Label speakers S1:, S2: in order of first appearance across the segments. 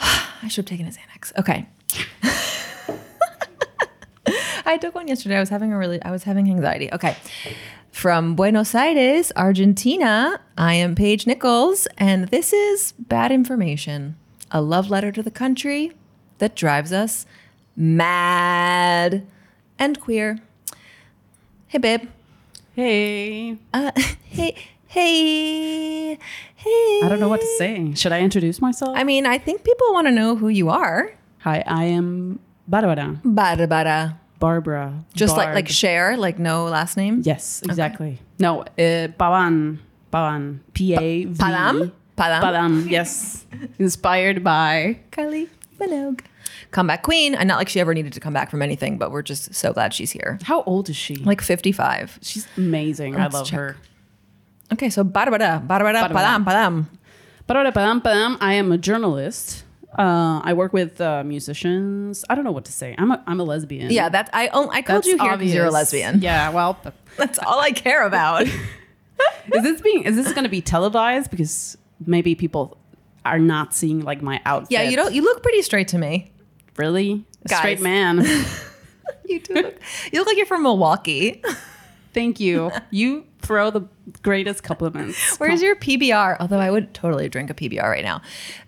S1: I should have taken a Xanax. Okay. I took one yesterday. I was having a really, I was having anxiety. Okay. From Buenos Aires, Argentina, I am Paige Nichols, and this is Bad Information, a love letter to the country that drives us mad and queer. Hey, babe.
S2: Hey.
S1: Uh, hey, hey, hey.
S2: I don't know what to say. Should I introduce myself?
S1: I mean, I think people want to know who you are.
S2: Hi, I am Barbara.
S1: Barbara.
S2: Barbara.
S1: Just like
S2: Barb.
S1: like share, like no last name.
S2: Yes, exactly. No, uh, Pavan. Pavan. P A V.
S1: Padam? Padam?
S2: Padam, yes. Inspired by.
S1: Kylie Minogue. Comeback queen. And not like she ever needed to come back from anything, but we're just so glad she's here.
S2: How old is she?
S1: Like 55.
S2: She's amazing.
S1: Let's
S2: I love
S1: check.
S2: her.
S1: Okay, so Barbara, Barbara,
S2: Barbara.
S1: Padam, Padam.
S2: Barbara Padam Padam. I am a journalist. Uh, I work with uh, musicians. I don't know what to say. I'm a, I'm a lesbian.
S1: Yeah, that I on- I called
S2: That's
S1: you here because you're a
S2: obvious.
S1: lesbian.
S2: Yeah, well,
S1: That's all I care about.
S2: is this being is this going to be televised because maybe people are not seeing like my outfit
S1: yeah, you don't you look pretty straight to me.
S2: really A
S1: Guys.
S2: straight man
S1: You do look you look like you're from Milwaukee.
S2: thank you you throw the greatest compliments
S1: Where's your PBR? Although I would totally drink a PBR right now.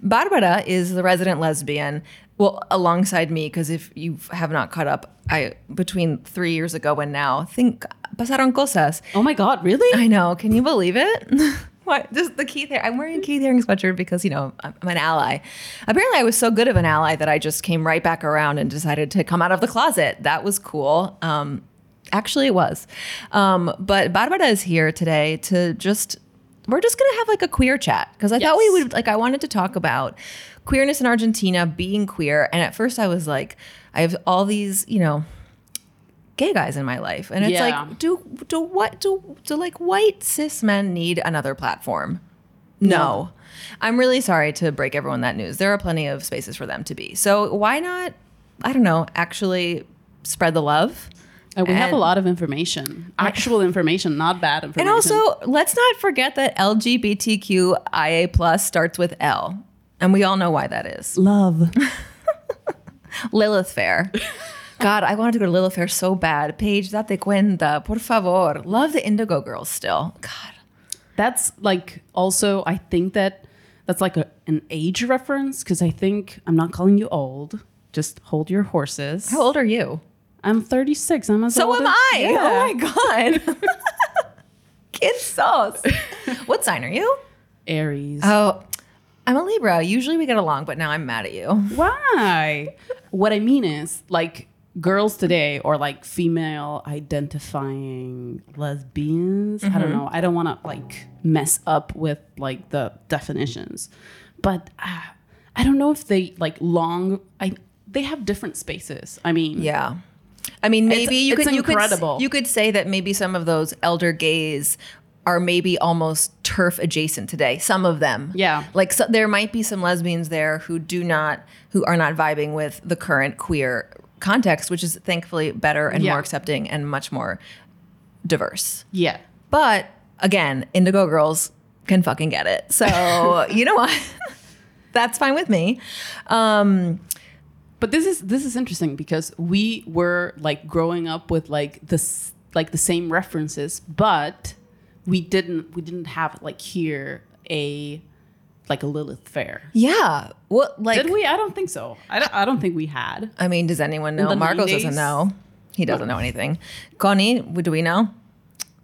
S1: Barbara is the resident lesbian. Well, alongside me, because if you have not caught up, I between three years ago and now, think pasaron cosas.
S2: oh my god really
S1: I know. Can you believe it? what? Just the Keith. Haring- I'm wearing a Keith Haring sweatshirt because you know I'm, I'm an ally. Apparently, I was so good of an ally that I just came right back around and decided to come out of the closet. That was cool. Um, actually, it was. Um, but Barbara is here today to just. We're just gonna have like a queer chat because I thought we
S2: Yes.
S1: would like I wanted to talk about queerness in Argentina, being queer, and at first I was like, I have all these, you know, gay guys in my life, and it's
S2: Yeah.
S1: like, do do what do do like white cis men need another platform? No. I'm really sorry to break everyone that news. There are plenty of spaces for them to be. So why not? I don't know. Actually, spread the love.
S2: Uh, we have a
S1: And-
S2: lot of information actual information not bad information
S1: And also, let's not forget that LGBTQIA plus starts with L, and we all know why that is.
S2: love
S1: Lilith Fair. God, I wanted to go to Lilith Fair so bad. Paige, date cuenta, por favor. Love the Indigo Girls still. God.
S2: that's like also i think that that's like a, an age reference because i think i'm not calling you old just hold your horses
S1: How old are you?
S2: i'm 36 i'm as
S1: So
S2: old
S1: am
S2: as-
S1: I.
S2: Yeah.
S1: Oh my god. Kid sauce. what sign are you?
S2: aries
S1: Oh, I'm a Libra. Usually we get along, but now I'm mad at you.
S2: Why? what I mean is, like, girls today or like female identifying lesbians. I don't know. I don't want to like mess up with like the definitions, but uh, I don't know if they like long. I they have different spaces. I mean,
S1: Yeah. I mean, maybe you
S2: it's
S1: could you could s-
S2: incredible.
S1: you could say that maybe some of those elder gays are maybe almost turf adjacent today. Some of them.
S2: Yeah.
S1: Like so, there might be some lesbians there who do not who are not vibing with the current queer context, which is thankfully better and
S2: Yeah.
S1: more accepting and much more diverse.
S2: yeah.
S1: But again, Indigo Girls can fucking get it. So you know what? That's fine with me. Um,
S2: But this is this is interesting because we were like growing up with like this like the same references, but we didn't we didn't have like here a like a Lilith fair.
S1: yeah. What like?
S2: Did we? I don't think so. I don't, I don't think we had.
S1: I mean, does anyone know?
S2: the
S1: Marcos
S2: 90s?
S1: doesn't know. He doesn't know anything. Connie, w- do we know?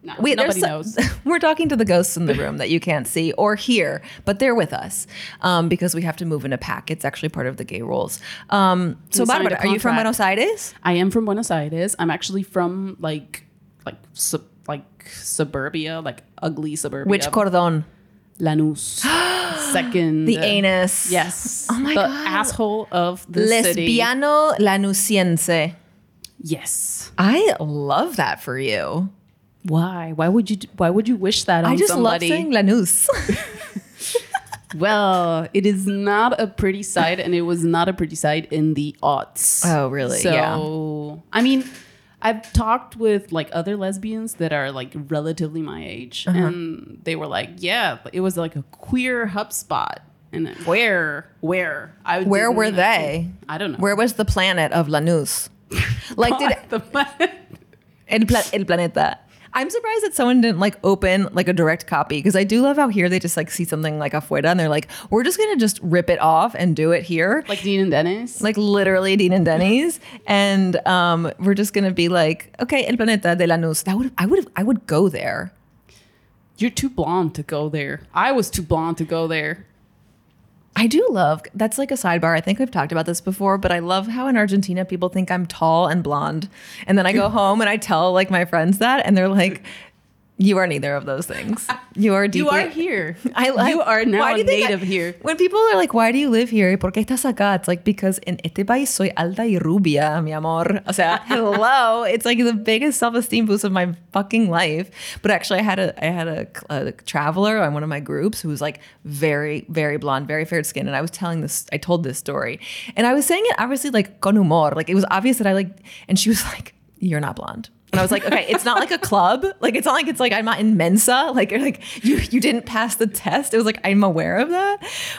S2: No,
S1: We, there's
S2: nobody
S1: so-
S2: knows.
S1: We're talking to the ghosts in the room that you can't see or hear, but they're with us um, because we have to move in a pack. It's actually part of the gay rules. Um, so,
S2: We signed a
S1: Barbara, are you from
S2: contract.
S1: Buenos Aires?
S2: I am from Buenos Aires. I'm actually from like like sub like suburbia, like ugly suburbia.
S1: Which cordon?
S2: Lanús, second
S1: The anus.
S2: Yes.
S1: Oh my
S2: the
S1: God.
S2: asshole of the city.
S1: Lesbiano lanusiense.
S2: Yes.
S1: I love that for you.
S2: Why? Why would you? d- Why would you wish that on
S1: I just love
S2: somebody?
S1: saying Lanús.
S2: well, it is not a pretty sight, and it was not a pretty sight in the aughts.
S1: Oh, really?
S2: So,
S1: Yeah.
S2: I mean, I've talked with like other lesbians that are like Uh-huh. relatively my age, and they were like, "Yeah, but it was like a queer hub spot." And then where, where, I would
S1: Where
S2: didn't
S1: were
S2: even-
S1: they?
S2: I don't know.
S1: Where was the planet of Lanús? Like, did
S2: the
S1: El, pla- el Planeta. I'm surprised that someone didn't like open like a direct copy because I do love how here they just like see something like afuera and they're like, we're just gonna just rip it off and do it here.
S2: like Dean and Dennis?
S1: Like literally Dean and Denny's. And um, we're just gonna be like, okay, El Planeta de Lanús. That would I would I would go there.
S2: You're too blonde to go there. I was too blonde to go there.
S1: I do love that's like a sidebar. I think we've talked about this before, but I love how in Argentina people think I'm tall and blonde. And then I go home and I tell like my friends that, and they're like, You are neither of those things. You are
S2: You
S1: deeply-
S2: are here.
S1: I like
S2: you are now
S1: why do
S2: a
S1: you think I-
S2: native here.
S1: When people are like, Why do you live here? ¿Por qué estás acá? It's like because in este país soy alta y rubia, mi amor. O sea, hello. It's like the biggest self-esteem boost of my fucking life. But actually I had a I had a, a traveler on one of my groups who was like very, very blonde, very fair skin. And I was telling this, I told this story. And I was saying it obviously like con humor. Like it was obvious that I like and she was like, You're not blonde. And I was like, okay, it's not like a club. Like it's not like it's like I'm not in Mensa. Like you're like you you didn't pass the test. It was like I'm aware of that.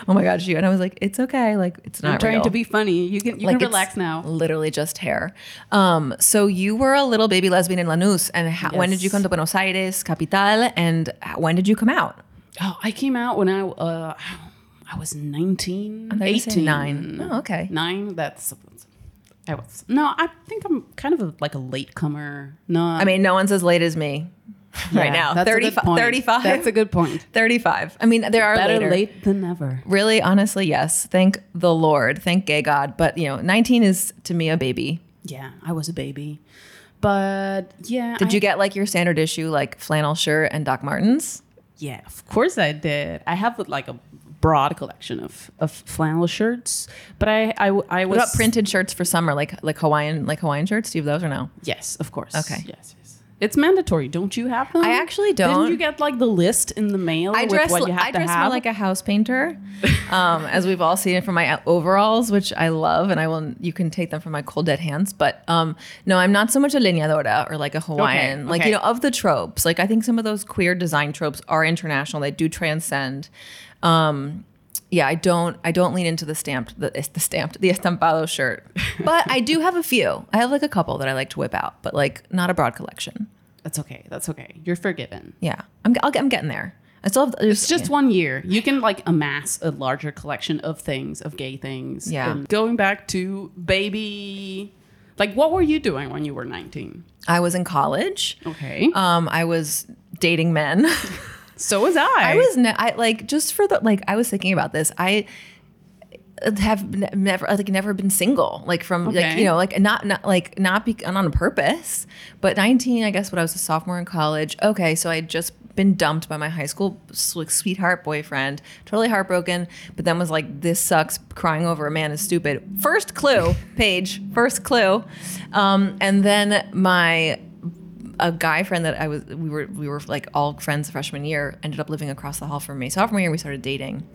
S1: Oh my god, you and I was like, it's okay. Like it's not
S2: I'm trying
S1: real.
S2: to be funny. You can you
S1: Like,
S2: can
S1: it's
S2: relax now.
S1: Literally just hair. Um, so you were a little baby lesbian in Lanús, and how, when did you
S2: Yes.
S1: come to Buenos Aires, capital? And h- when did you come out?
S2: Oh, I came out when I uh, I was 19,
S1: thought you were saying
S2: 18.
S1: nine. Oh, okay.
S2: Nine. That's I was. No, I think I'm kind of a, like a latecomer. No,
S1: I mean, no one's as late as me right now.
S2: that's a good
S1: 35,
S2: point.
S1: 35.
S2: That's a good point.
S1: 35. I mean, there are
S2: Better
S1: later.
S2: late than never.
S1: Really, honestly, yes. Thank the Lord. Thank gay God. But you know, 19 is to me a baby.
S2: Yeah, I was a baby, but yeah.
S1: Did
S2: I-
S1: you get like your standard issue, like flannel shirt and Doc Martens?
S2: Yeah, of course I did. I have like a broad collection of, of flannel shirts, but I I, w- I was
S1: What about printed shirts for summer, like like Hawaiian like Hawaiian shirts? Do you have those or no?
S2: Yes, of course.
S1: Okay.
S2: Yes, yes. It's mandatory. Don't you have them?
S1: I actually
S2: Didn't
S1: don't.
S2: you get like the list in the mail
S1: I dress,
S2: with what you have
S1: I
S2: to
S1: dress
S2: have?
S1: more like a house painter, um, as we've all seen it from my uh, overalls, which I love, and I will. You can take them from my cold dead hands, but um, no, I'm not so much a lineadora or like a Hawaiian,
S2: Okay,
S1: like you
S2: okay.
S1: know, of the tropes. Like I think some of those queer design tropes are international; they do transcend. Um, yeah, I don't. I don't lean into the stamped, the, the stamped, the estampado shirt, but I do have a few. I have like a couple that I like to whip out, but like not a broad collection.
S2: that's okay. That's okay. You're forgiven.
S1: Yeah, I'm. I'll, get- I'm getting there. I still have.
S2: It's just one year. You can like amass a larger collection of things, of gay things.
S1: Yeah.
S2: And going back to baby, like what were you doing when you were 19?
S1: I was in college.
S2: Okay.
S1: Um, I was dating men.
S2: so was I.
S1: I was ne- I like just for the like I was thinking about this. I have ne- never like never been single like from like
S2: Okay.
S1: you know like not not like not be on purpose but 19 i guess when i was a sophomore in college okay so i had just been dumped by my high school s- like sweetheart boyfriend totally heartbroken but then was like this sucks crying over a man is stupid first clue page first clue um and then my a guy friend that I was we were we were like all friends freshman year ended up living across the hall from me sophomore year we started dating,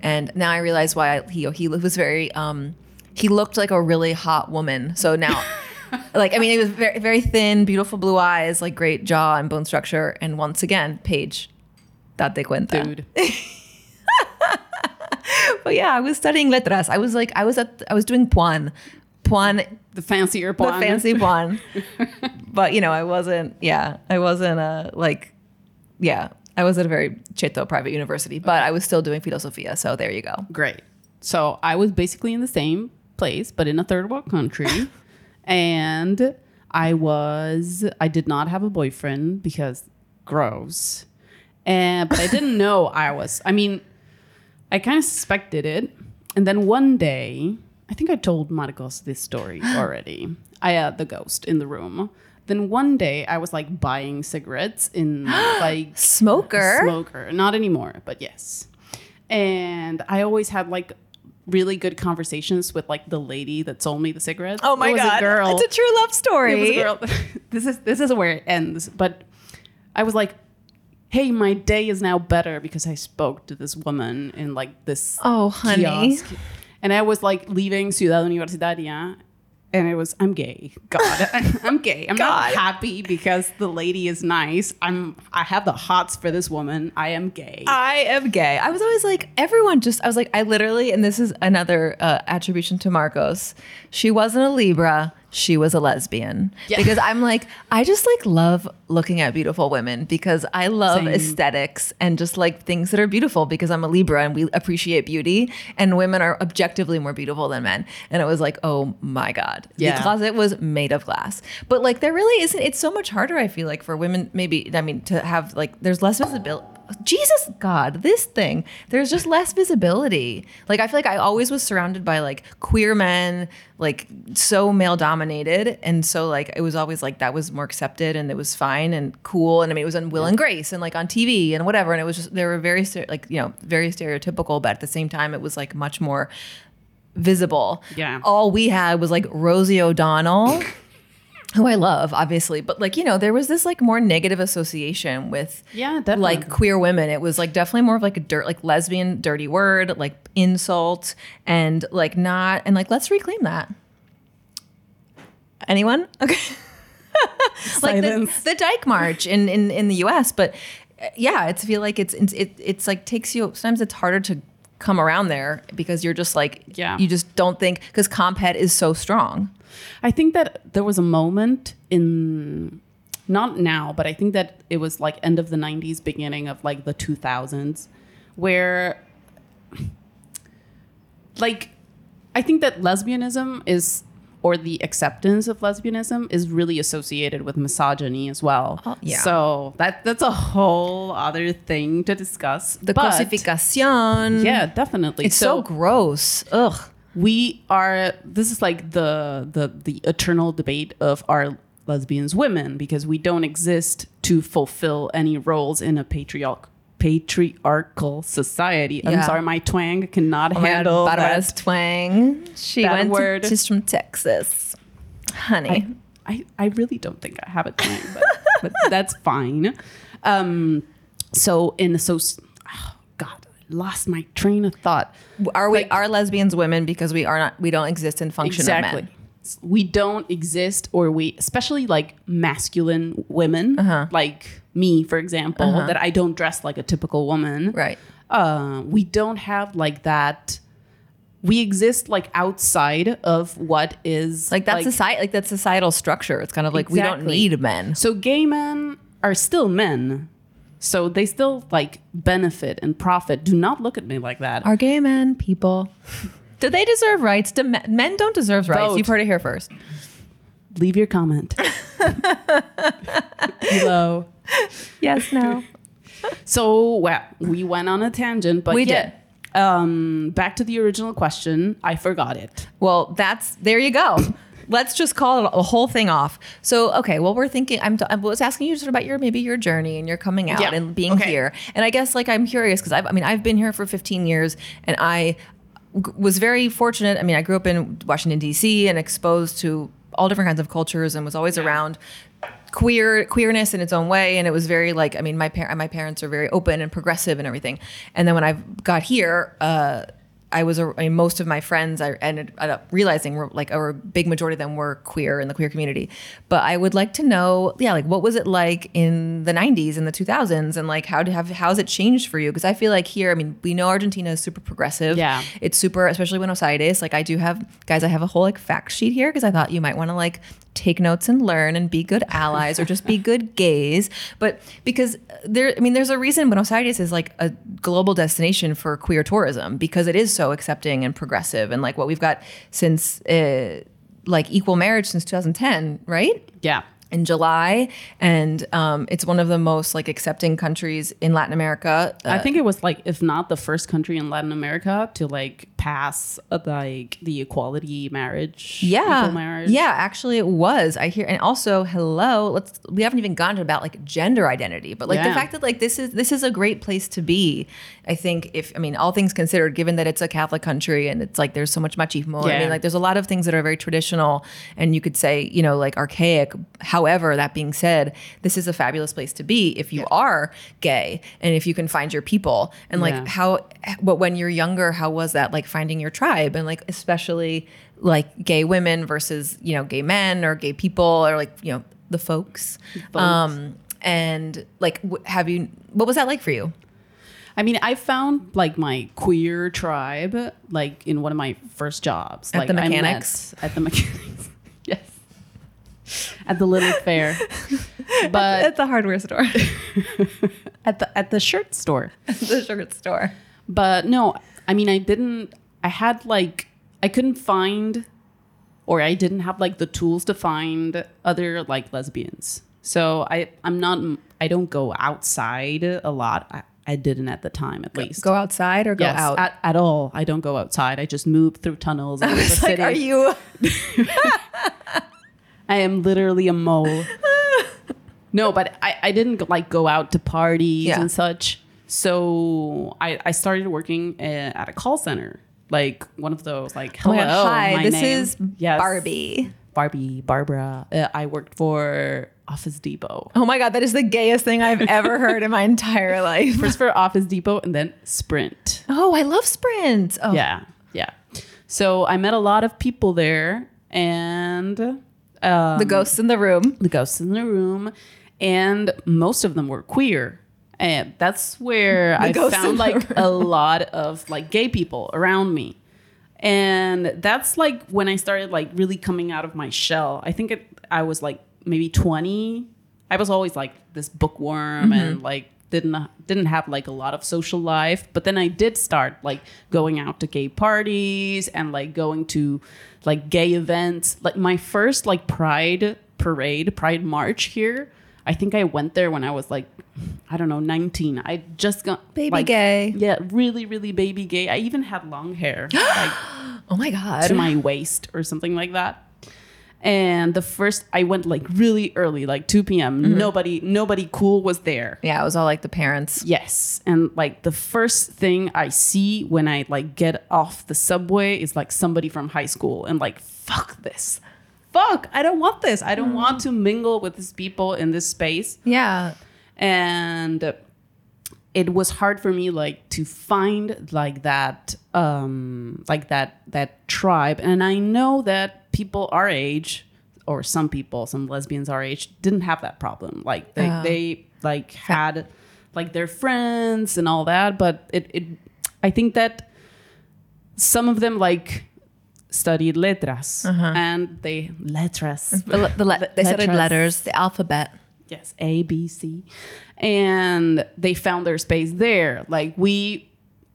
S1: and now I realize why I, he he was very um he looked like a really hot woman so now. Like I mean, he was very, very thin, beautiful blue eyes, like great jaw and bone structure, and once again, Paige, date cuenta.
S2: dude.
S1: But yeah, I was studying letras. I was like, I was at, I was doing puan, puan
S2: The fancier
S1: the
S2: blonde.
S1: fancy blonde. but you know, I wasn't. Yeah, I wasn't uh, like. Yeah, I was at a very cheto private university, but I was still doing filosofia. So there you go.
S2: Great. So I was basically in the same place, but in a third world country. and I was, I did not have a boyfriend because gross. And, Eh, but I didn't know I was, I mean, I kind of suspected it. And then one day, I think I told Marcos this story already. I had the ghost in the room. Then one day I was like buying cigarettes in like
S1: Smoker.
S2: smoker. Not anymore, but yes. And I always had like really good conversations with like the lady that sold me the cigarettes.
S1: oh my
S2: It was
S1: god,
S2: a girl.
S1: it's a true love story.
S2: It was a girl. this is this is where it ends. But I was like, hey, my day is now better because I spoke to this woman in like this
S1: Oh honey,
S2: kiosk. And I was like leaving Ciudad Universitaria and it was I'm gay. God, I'm gay. I'm not
S1: God.
S2: happy because the lady is nice. I'm I have the hots for this woman. I am gay.
S1: I am gay. I was always like, everyone just, I was like, I literally, and this is another uh, attribution to Marcos. She wasn't a Libra. She was a lesbian
S2: Yeah.
S1: because I'm like, I just like love looking at beautiful women because I love
S2: Same.
S1: aesthetics and just like things that are beautiful because I'm a Libra and we appreciate beauty and women are objectively more beautiful than men. And it was like, oh my God.
S2: Yeah.
S1: The closet was made of glass. But like, there really isn't, it's so much harder, I feel like, for women, maybe, I mean, to have like, there's less visibility. Jesus God, this thing. There's just less visibility. Like I feel like I always was surrounded by like queer men, like so male dominated. And so like it was always like that was more accepted and it was fine and cool. And I mean it was on Will and Grace and like on TV and whatever. And it was just there were very stere- like, you know, very stereotypical, but at the same time it was like much more visible.
S2: Yeah.
S1: All we had was like Rosie O'Donnell who I love, obviously, but like you know, there was this like more negative association with
S2: Yeah, definitely.
S1: like queer women. It was like definitely more of like a dirt, like lesbian, dirty word, like insult, and like not, and like let's reclaim that. Anyone? Okay. like the,
S2: Silence.
S1: the Dyke March in in in the U.S., but uh, yeah, it's feel like it's it's it, it's like takes you sometimes it's harder to come around there because you're just like
S2: Yeah.
S1: you just don't think because comp head is so strong
S2: I think that there was a moment in not now, but I think that it was like end of the 90s, beginning of like the 2000s, where like I think that lesbianism is or the acceptance of lesbianism is really associated with misogyny as well.
S1: Oh, yeah.
S2: So that that's a whole other thing to discuss.
S1: the
S2: But-
S1: cosificación
S2: Yeah, definitely.
S1: It's so, gross. Ugh.
S2: we are this is like the the the eternal debate of our lesbians women because we don't exist to fulfill any roles in a patriarch patriarchal society i'm
S1: Yeah.
S2: sorry my twang cannot
S1: Oh my God,
S2: handle
S1: Barbara's
S2: that.
S1: twang. She
S2: that
S1: went
S2: word.
S1: To, she's from Texas. Honey.
S2: I, I really don't think I have a twang, but, but that's fine. Um, so in so oh God, I lost my train of thought.
S1: are we are lesbians women because we are not we don't exist in function of men.
S2: We don't exist, or we, especially like masculine women,
S1: Uh-huh.
S2: like me, for example, that I don't dress like a typical woman.
S1: Right.
S2: Uh, we don't have like that. We exist like outside of what is
S1: Like that's society like that societal structure. It's kind of like we don't
S2: Exactly.
S1: need men.
S2: So gay men are still men. So they still like benefit and profit. Do not look at me like that.
S1: Are gay men people? Do they deserve rights? Do men, men don't deserve rights.
S2: Vote.
S1: You've heard it here first.
S2: Leave your comment below.
S1: Yes, no.
S2: So well, we went on a tangent, but
S1: We
S2: yeah. Um, back to the original question. I forgot it.
S1: Well, that's there you go. Let's just call it a whole thing off. So, okay, well, we're thinking. I'm. I was asking you sort of about your maybe your journey and your coming out
S2: Yeah.
S1: and being
S2: Okay.
S1: here. And I guess like I'm curious because I've. I mean, I've been here for 15 years, and I g- was very fortunate. I mean, I grew up in Washington D.C. and exposed to all different kinds of cultures, and was always around queer queerness in its own way and it was very like i mean my par- my parents are very open and progressive and everything and then when i got here uh I was, a, I mean, most of my friends I ended up realizing were like, or a big majority of them were queer in the queer community. But I would like to know, yeah, like what was it like in the 90s and the 2000s and like how to have, how's it changed for you? Because I feel like here, I mean, we know Argentina is super progressive.
S2: Yeah.
S1: It's super, especially Buenos Aires. Like I do have, guys, I have a whole like fact sheet here because I thought you might want to like take notes and learn and be good allies or just be good gays. But because there, I mean, there's a reason Buenos Aires is like a global destination for queer tourism because it is so accepting and progressive and like what we've got since uh, like equal marriage since 2010, right?
S2: Yeah.
S1: in July, and um, it's one of the most like accepting countries in Latin America. Uh,
S2: I think it was like, if not the first country in Latin America to like pass uh, like the equality marriage,
S1: yeah,
S2: equal marriage.
S1: yeah. Actually, it was. I hear, and also, hello. Let's. We haven't even gotten to about like gender identity, but like the
S2: Yeah.
S1: fact that like this is this is a great place to be. I think if I mean all things considered, given that it's a Catholic country and it's like there's so much machismo. I
S2: Yeah.
S1: mean, like there's a lot of things that are very traditional, and you could say you know like archaic. However, that being said, this is a fabulous place to be if you are gay and if you can find your people and like
S2: Yeah.
S1: how. But when you're younger, how was that like finding your tribe and like especially like gay women versus you know gay men or gay people or like you know the folks. Um, and like, w- have you? What was that like for you?
S2: I mean, I found like my queer tribe like in one of my first jobs.
S1: At
S2: like
S1: the
S2: I met
S1: mechanics?
S2: at the mechanics. yes. At the little fair. But
S1: Uh, At the hardware store,
S2: at the at the shirt store.
S1: the shirt store.
S2: But no, I mean, I didn't. I had like I couldn't find, or I didn't have like the tools to find other like lesbians. So I I'm not I don't go outside a lot. I, I didn't at the time at least.
S1: Go outside or go
S2: Yes,
S1: out.
S2: At, at all. I don't go outside. I just move through tunnels. I,
S1: I was like, are you?
S2: I am literally a mole. no, but I, I didn't like go out to parties
S1: Yeah.
S2: and such. So I, I started working uh, at a call center, like one of those like
S1: Oh
S2: hello,
S1: my God, hi,
S2: my
S1: this
S2: name-
S1: is
S2: Yes.
S1: Barbie.
S2: Barbie, Barbara. Uh, I worked for Office Depot.
S1: Oh my God, that is the gayest thing I've ever heard in my entire life.
S2: First for Office Depot and then Sprint.
S1: Oh, I love Sprint. Oh,
S2: Yeah, yeah. So I met a lot of people there, and um,
S1: the ghosts in the room.
S2: the ghosts in the room, and most of them were queer. And that's where I
S1: ghosts in
S2: found
S1: the
S2: like a lot of like gay people around me. And that's like when I started like really coming out of my shell. I think it, I was like maybe 20. I was always like this bookworm
S1: Mm-hmm.
S2: and like didn't didn't have like a lot of social life, but then I did start like going out to gay parties and like going to like gay events. Like my first like pride parade, pride march here. I think I went there when I was like I don't know, 19. I just got
S1: Baby
S2: like,
S1: gay.
S2: yeah, really, really baby gay. I even had long hair like,
S1: Oh my God.
S2: to my waist or something like that. And the first, I went like really early, like 2 p.m. Nobody, nobody cool was there.
S1: yeah, it was all like the parents.
S2: Yes, and like the first thing I see when I like get off the subway is like somebody from high school, and like fuck this, fuck, I don't want this. I don't want to mingle with these people in this space
S1: Yeah.
S2: and it was hard for me like to find like that um like that that tribe and i know that people our age or some people some lesbians our age didn't have that problem like they
S1: Oh.
S2: they like had like their friends and all that but it it i think that some of them like studied letras and they letras
S1: The, le- the le- they said in
S2: Letras.
S1: letters, the alphabet.
S2: Yes, A, B, C. And they found their space there. Like we,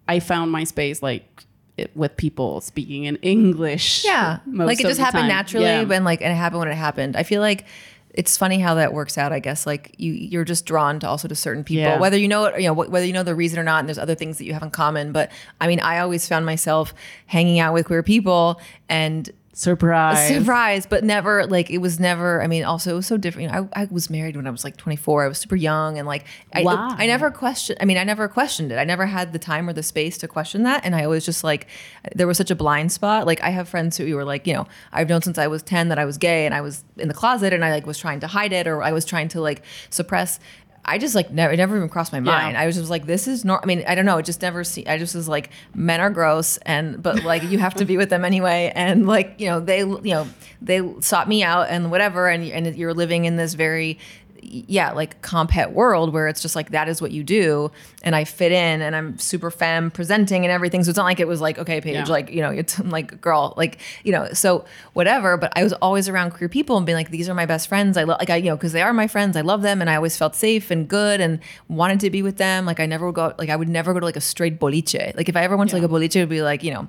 S2: I found my space like it, with people speaking in English.
S1: Yeah.
S2: most
S1: like it
S2: of
S1: just
S2: the
S1: happened
S2: time.
S1: naturally,
S2: Yeah.
S1: but like and it happened when it happened. I feel like it's funny how that works out. I guess like you you're just drawn to also to certain people,
S2: Yeah.
S1: whether you know it, you know wh- whether you know the reason or not. And there's other things that you have in common. But I mean, I always found myself hanging out with queer people and
S2: surprise.
S1: surprise, but never like it was never. I mean, also it was so different. You know, I, I was married when I was like 24. I was super young, and like I,
S2: Wow.
S1: I never questioned. I mean, I never questioned it. I never had the time or the space to question that, and I always just like there was such a blind spot. Like I have friends who were like, you know, I've known since I was 10 that I was gay, and I was in the closet, and I like was trying to hide it, or I was trying to like suppress. I just like never, it never even crossed my mind. I was just like, this is nor. I mean, I don't know. It just never. See, I just was like, men are gross, and but like you have to be with them anyway, and like you know they you know they sought me out and whatever, and and you're living in this very yeah like compet world where it's just like that is what you do and i fit in and i'm super femme presenting and everything so it's not like it was like okay paige
S2: Yeah.
S1: like you know it's I'm like girl like you know so whatever but i was always around queer people and being like these are my best friends i love like i you know because they are my friends i love them and i always felt safe and good and wanted to be with them like i never would go like i would never go to like a straight boliche like if i ever went to like a boliche it would be like you know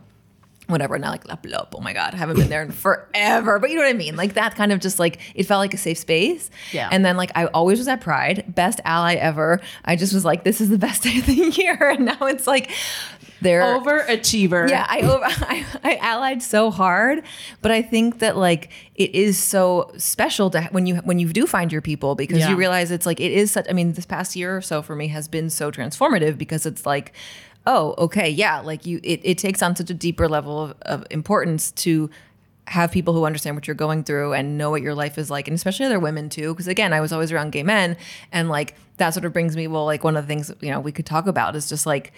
S1: whatever, not like La Plop. Oh my God, I haven't been there in forever. But you know what I mean? Like that kind of just like, it felt like a safe space.
S2: Yeah.
S1: And then like, I always was at Pride, best ally ever. I just was like, this is the best day of the year. And now it's like, they're
S2: Oh, Overachiever.
S1: yeah, I, over, I I allied so hard, but I think that like it is so special to ha- when you when you do find your people because
S2: Yeah.
S1: you realize it's like it is such. I mean, this past year or so for me has been so transformative because it's like. Oh, okay, yeah. Like you, it, it takes on such a deeper level of, of importance to have people who understand what you're going through and know what your life is like, and especially other women too. Because again, I was always around gay men, and like that sort of brings me. Well, like one of the things you know we could talk about is just like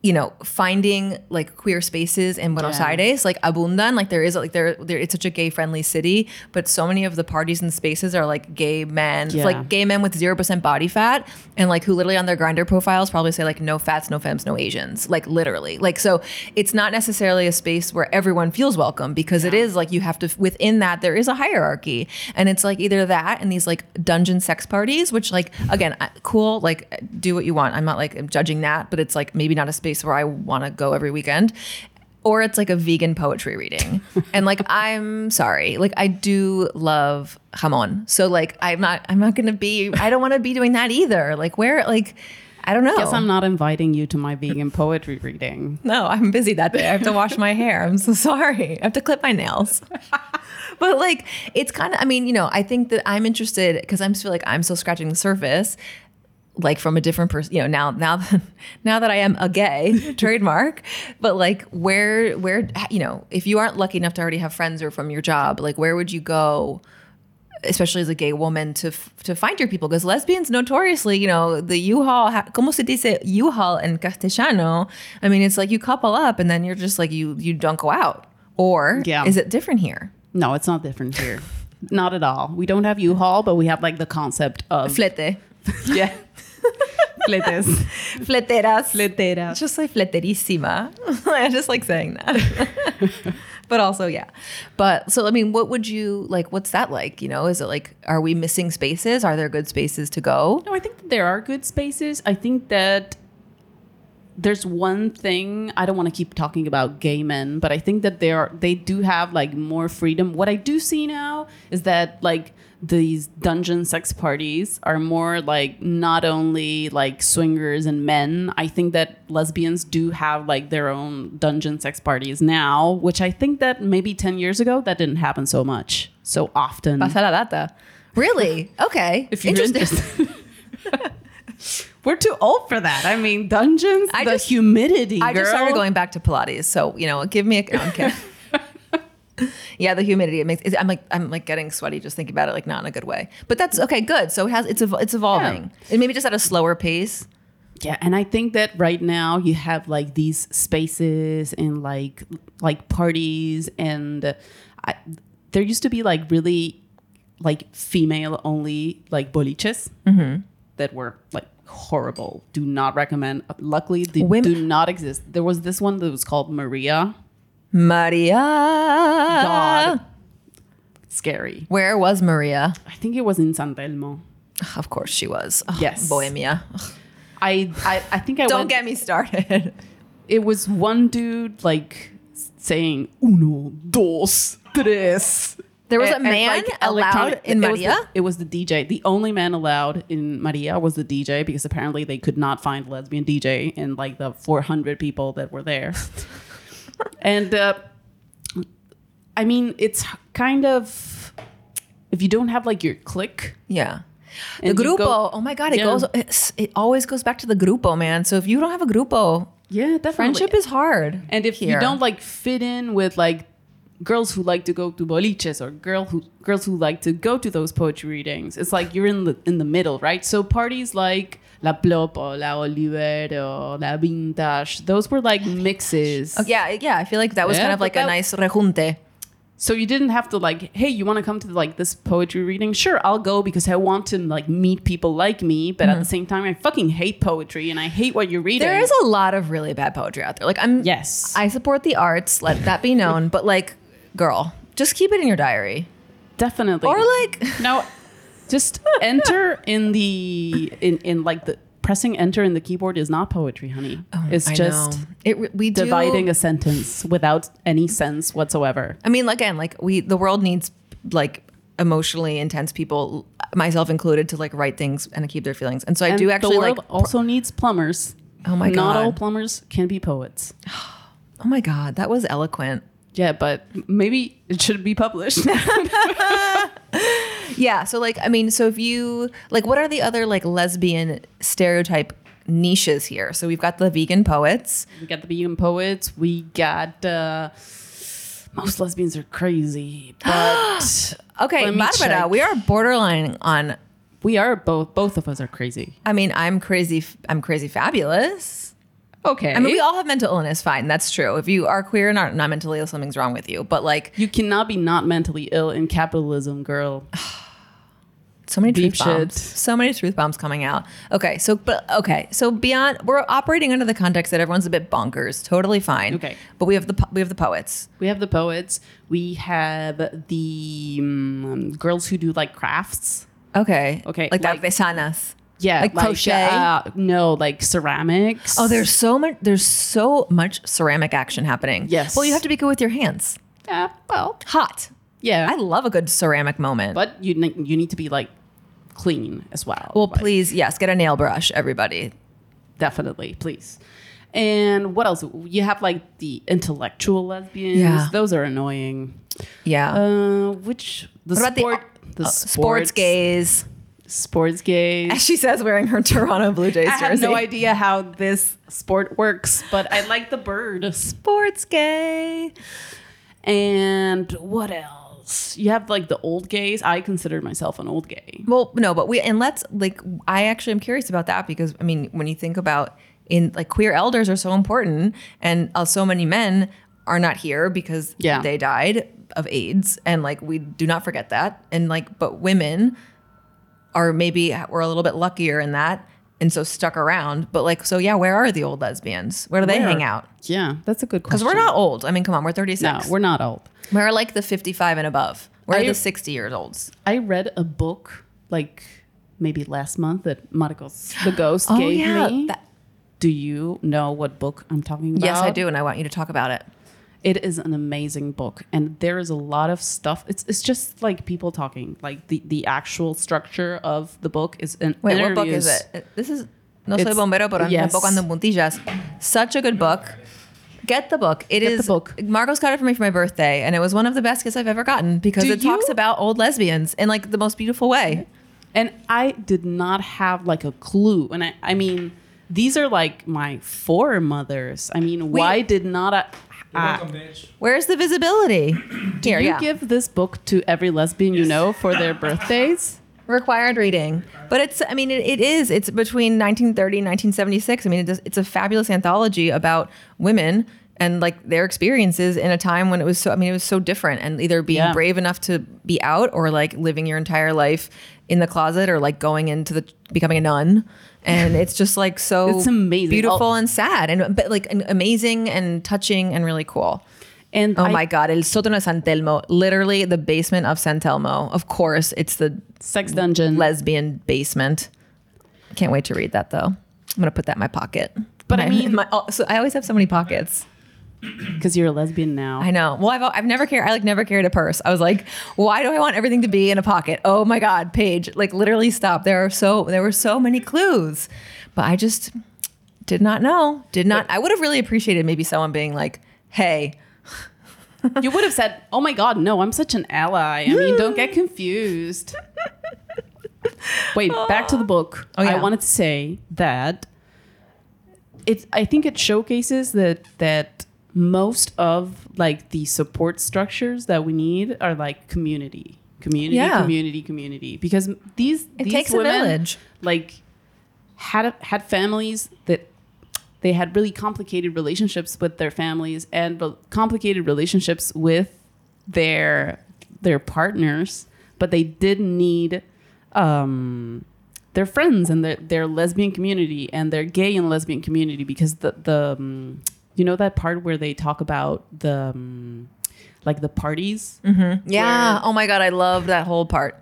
S1: you know, finding like queer spaces in Buenos
S2: Yeah.
S1: Aires, like Abundan, like there is like there, there it's such a gay friendly city, but so many of the parties and spaces are like gay men,
S2: Yeah.
S1: like gay men with zero percent body fat, and like who literally on their grinder profiles probably say like no fats, no femmes, no Asians, like literally, like so it's not necessarily a space where everyone feels welcome because it is like you have to within that there is a hierarchy, and it's like either that and these like dungeon sex parties, which like again I- cool, like do what you want. I'm not like judging that, but it's like maybe not a space where I want to go every weekend or it's like a vegan poetry reading. and like I'm sorry, like I do love jamon. So like I'm not I'm not going to be I don't want to be doing that either. Like where like I don't know.
S2: Guess I'm not inviting you to my vegan poetry reading.
S1: no, I'm busy that day. I have to wash my hair. I'm so sorry. I have to clip my nails. but like it's kind of I mean, you know, I think that I'm interested cuz I'm still like I'm still scratching the surface like from a different person, you know, now now that now that I am a gay trademark, but like where where you know, if you aren't lucky enough to already have friends or from your job, like where would you go especially as a gay woman to f- to find your people because lesbians notoriously, you know, the U-Haul, ha- como se dice U-Haul in castellano? I mean, it's like you couple up and then you're just like you you don't go out. Or
S2: Yeah.
S1: is it different here?
S2: No, it's not different here. not at all. We don't have U-Haul, but we have like the concept of
S1: Flete.
S2: yeah. Fletes.
S1: Fleteras.
S2: Fletera.
S1: Just like fleterísima. I just like saying that. but also, yeah. But so, I mean, what would you like? What's that like? You know, is it like, are we missing spaces? Are there good spaces to go?
S2: No, I think that there are good spaces. I think that there's one thing I don't want to keep talking about gay men, but I think that they are they do have like more freedom. What I do see now is that like these dungeon sex parties are more like not only like swingers and men. I think that lesbians do have like their own dungeon sex parties now, which I think that maybe 10 years ago that didn't happen so much, so often.
S1: Pasa la data. Really? Okay.
S2: If you're interested. We're too old for that. I mean, dungeons,
S1: I
S2: the
S1: just-
S2: humidity.
S1: I just started
S2: girl.
S1: going back to Pilates, so you know, give me a. No, I'm kidding. yeah, the humidity. It makes. It, I'm like I'm like getting sweaty just thinking about it. Like not in a good way, but that's okay. Good. So it has. It's evo- it's evolving. And maybe just at a slower pace.
S2: Yeah, and I think that right now you have like these spaces and like like parties and I, there used to be like really like female only like boliches
S1: Mm-hmm.
S2: that were like horrible. Do not recommend. Luckily, they
S1: Women-
S2: do not exist. There was this one that was called Maria.
S1: Maria. Uh.
S2: God, scary.
S1: Where was Maria?
S2: I think it was in San Telmo.
S1: Ugh, Of course she was. Ugh,
S2: Yes.
S1: Bohemia. Ugh,
S2: I, I, I think I
S1: Don't
S2: went,
S1: get me started.
S2: It was one dude like saying uno, dos, tres.
S1: There was a
S2: And- and,
S1: man allowed
S2: electronic-
S1: in
S2: it was the-
S1: Maria.
S2: it was the DJ. The only man allowed in Maria was the DJ because apparently they could not find a lesbian DJ in like the 400 people that were there. and uh, I mean, it's kind of if you don't have like your clique,
S1: Yeah. The
S2: And you
S1: grupo.
S2: go-
S1: oh my god, it
S2: Yeah.
S1: goes. It's, it always goes back to the grupo, man. So if you don't have a grupo,
S2: yeah, definitely.
S1: friendship is hard.
S2: And if
S1: here.
S2: you don't like fit in with like girls who like to go to boliches or girl who girls who like to go to those poetry readings, it's like you're in the in the middle, right? So parties like La Plopo, La Olivero, La Vintage, those were like mixes.
S1: Oh, yeah, yeah. I feel like that was
S2: Yeah,
S1: kind of
S2: but
S1: like a
S2: that-
S1: nice rejunte.
S2: So you didn't have to like, hey, you want to come to like this poetry reading? Sure, I'll go because I want to like meet people like me, but at the same time I fucking hate poetry and I hate what you're reading.
S1: Mm-hmm. There is a lot of really bad poetry out there. Like I'm,
S2: Yes.
S1: I support the arts. Let that be known. but like, girl, just keep it in your diary,
S2: definitely.
S1: or like,
S2: No, just enter in the in in like the pressing enter in the keyboard is not poetry, honey. it's
S1: Oh, Mm, I
S2: just
S1: know. it. re- We do-
S2: dividing a sentence without any sense whatsoever.
S1: I mean, again, like we, the world needs like emotionally intense people, myself included, to like write things and to keep their feelings. And so I
S2: And
S1: do actually
S2: the world
S1: like.
S2: also needs plumbers.
S1: Oh my
S2: Not all
S1: God.
S2: plumbers can be poets.
S1: oh my god, that was eloquent.
S2: Yeah, but maybe it should be published.
S1: Yeah. So like, I mean, so if you like, what are the other like lesbian stereotype niches here? So we've got the vegan poets.
S2: we got the vegan poets. We got uh, most lesbians are crazy, but
S1: Okay,
S2: Let me
S1: Barbara,
S2: check.
S1: we are borderline on.
S2: we are both. Both of us are crazy.
S1: I mean, I'm crazy. f- I'm crazy fabulous.
S2: Okay.
S1: I mean, we all have mental illness. Fine, that's true. If you are queer and are not mentally ill, something's wrong with you. But like,
S2: you cannot be not mentally ill in capitalism, girl.
S1: so many
S2: Deep
S1: truth bombs.
S2: shit.
S1: So many truth bombs coming out. Okay, so but okay, so beyond we're operating under the context that everyone's a bit bonkers. Totally fine.
S2: Okay.
S1: but we have the po- we have the poets.
S2: We have the poets. We have the um, girls who do like crafts.
S1: Okay.
S2: Okay,
S1: Like,
S2: like-
S1: the artesanas.
S2: Yeah,
S1: Like crochet?
S2: uh, no, like ceramics.
S1: Oh, there's so much. There's so much ceramic action happening.
S2: Yes.
S1: Well, you have to be good with your hands.
S2: yeah, well,
S1: Hot.
S2: yeah,
S1: I love a good ceramic moment.
S2: but you ne- you need to be like clean as well.
S1: well,
S2: Like,
S1: please, yes, get a nail brush, everybody.
S2: definitely, please. And what else? You have like the intellectual lesbians.
S1: Yeah.
S2: those are annoying.
S1: Yeah.
S2: Uh, which the
S1: What about the-
S2: sport, the,
S1: Uh,
S2: sports,
S1: sports gays.
S2: sports gays.
S1: As she says, wearing her Toronto Blue Jays
S2: I
S1: jersey.
S2: have no idea how this sport works, but I like the bird.
S1: Sports gay.
S2: And what else? You have like the old gays. I consider myself an old gay.
S1: Well, no, but we and let's like I actually am curious about that because I mean, when you think about in like queer elders are so important and uh, so many men are not here because
S2: Yeah.
S1: they died of AIDS and like we do not forget that and like but women are maybe were a little bit luckier in that and so stuck around but like so yeah where are the old lesbians where do they
S2: Where?
S1: hang out
S2: Yeah, that's a good
S1: because
S2: question.
S1: we're not old I mean come on we're 36
S2: No, we're not old.
S1: We're like the 55 and above. We're
S2: Are you-
S1: the 60 years olds.
S2: I read a book like maybe last month that Marcos the Ghost gave me.
S1: That-
S2: Do you know what book I'm talking about?
S1: yes, I do. And I want you to talk about it.
S2: It is an amazing book, and there is a lot of stuff. It's it's just like people talking. Like the the actual structure of the book is an
S1: Wait, what book is
S2: interviews.
S1: it? This is No Soy
S2: It's-
S1: Bombero, pero
S2: yes.
S1: tampoco ando en puntillas. Such a good book. Get the book. It
S2: Get the
S1: is
S2: book.
S1: Margot's got it for me for my birthday, and it was one of the best gifts I've ever gotten because
S2: Do
S1: it talks
S2: you-
S1: about old lesbians in like the most beautiful way.
S2: And I did not have like a clue. And I, I mean, these are like my foremothers. I mean, why did not I? I-
S1: Where's the visibility? Here,
S2: you
S1: yeah.
S2: give this book to every lesbian you know for their birthdays?
S1: required reading but it's i mean it, it is it's between 1930 and 1976 i mean it does, it's a fabulous anthology about women and like their experiences in a time when it was so i mean it was so different and either being
S2: Yeah.
S1: brave enough to be out or like living your entire life in the closet or like going into the becoming a nun and it's just like so
S2: It's amazing.
S1: beautiful
S2: Oh.
S1: and sad and but like an amazing and touching and really cool
S2: And
S1: Oh
S2: I-
S1: my God, El Sótano de San Telmo, literally the basement of San Telmo. Of course, it's the
S2: sex dungeon.
S1: lesbian basement. Can't wait to read that though. I'm gonna put that in my pocket.
S2: But I
S1: My-
S2: mean-
S1: my, oh, so I always have so many pockets.
S2: Because you're a lesbian now.
S1: I know. Well, I've I've never carried. I like never carried a purse. I was like, why do I want everything to be in a pocket? Oh my God, Paige! Like literally, stop. There are so there were so many clues, but I just did not know. Did not. I would have really appreciated maybe someone being like, hey,
S2: you would have said, "Oh my God, no! I'm such an ally." I mean, don't get confused. Wait, back to the book.
S1: Oh, yeah.
S2: I wanted to say that it. I think it showcases that that most of like the support structures that we need are like community, community,
S1: Yeah.
S2: community, community. Because these
S1: It
S2: these
S1: takes a
S2: women,
S1: village.
S2: Like had had families that they had really complicated relationships with their families and re- complicated relationships with their their partners, but they did need um, their friends and their, their lesbian community and their gay and lesbian community because the the um, you know that part where they talk about the um, like the parties.
S1: yeah. Oh my God, I love that whole part.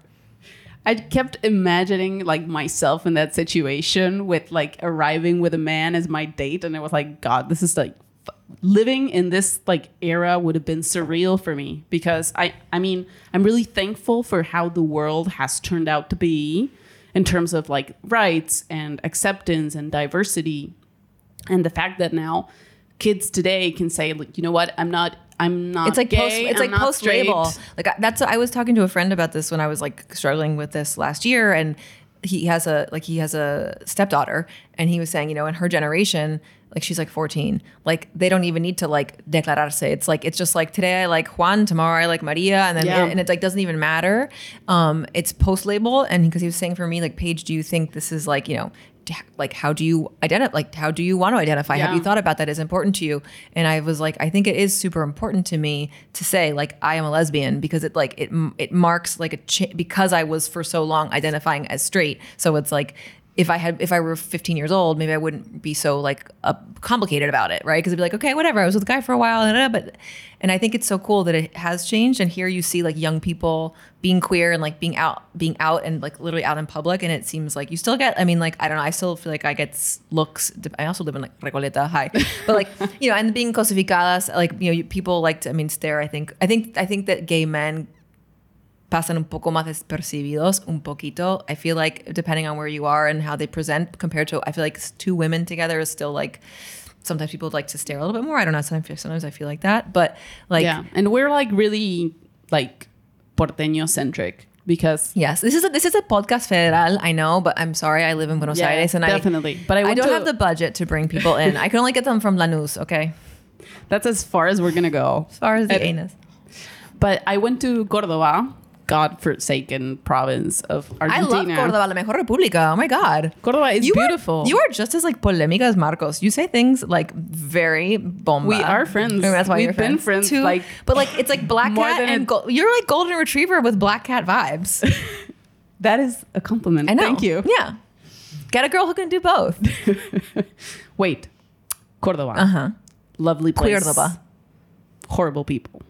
S2: I kept imagining like myself in that situation with like arriving with a man as my date, and I was like, God, this is like f- living in this like era would have been surreal for me because I, I mean, I'm really thankful for how the world has turned out to be in terms of like rights and acceptance and diversity and the fact that now kids today can say like you know what i'm not i'm not
S1: it's like
S2: gay,
S1: post it's like
S2: I'm not
S1: post label
S2: straight."
S1: like I- that's i was talking to a friend about this when i was like struggling with this last year and he has a like he has a stepdaughter and he was saying you know in her generation like she's like 14 like they don't even need to like declararse it's like it's just like today i like juan tomorrow i like maria and then
S2: Yeah.
S1: and it like doesn't even matter um it's post label and because he was saying for me like paige do you think this is like you know like how do you identify like how do you want to identify have
S2: Yeah.
S1: you thought about that is important to you and i was like i think it is super important to me to say like i am a lesbian because it like it m- it marks like a cha- because i was for so long identifying as straight so it's like if I had, if I were 15 years old, maybe I wouldn't be so like uh, complicated about it, right? Because it'd be like, okay, whatever. I was with a guy for a while, and but, and I think it's so cool that it has changed. And here you see like young people being queer and like being out, being out, and like literally out in public. And it seems like you still get. I mean, like I don't know. I still feel like I get s- looks. I also live in like Recoleta, hi, but like you know, and being cosificadas, like you know, you- people like to. I mean, stare. I think. I think. I think that gay men pasan un poco más despercibidos, un poquito. I feel like depending on where you are and how they present compared to, I feel like s- two women together is still like sometimes people like to stare a little bit more. I don't know. Sometimes, sometimes I feel like that, but like
S2: yeah, and we're like really like porteño centric because
S1: yes, this is a, this is a podcast federal. I know, but I'm sorry, I live in Buenos
S2: Yeah,
S1: Aires and I
S2: definitely. But I
S1: I
S2: want
S1: don't
S2: to-
S1: have the budget to bring people in. I can only get them from Lanús. Okay,
S2: that's as far as we're gonna go.
S1: as far as the
S2: And-
S1: anus.
S2: But I went to Cordoba, God-forsaken province of
S1: I
S2: Argentina.
S1: love Córdoba, la mejor república. Oh my god.
S2: Cordoba is
S1: you
S2: beautiful.
S1: Are, you are just as like polemica as Marcos. You say things like very bomba.
S2: We are friends.
S1: And that's why
S2: We've
S1: you're
S2: been friends,
S1: Too-
S2: like-
S1: but like it's like black
S2: More
S1: cat
S2: than
S1: and
S2: a-
S1: gol- you're like golden retriever with black cat vibes.
S2: that is a compliment.
S1: I know.
S2: Thank you.
S1: Yeah. Get a girl who can do both.
S2: Wait, Cordoba,
S1: Uh huh.
S2: lovely place.
S1: Cuerdoba.
S2: horrible people.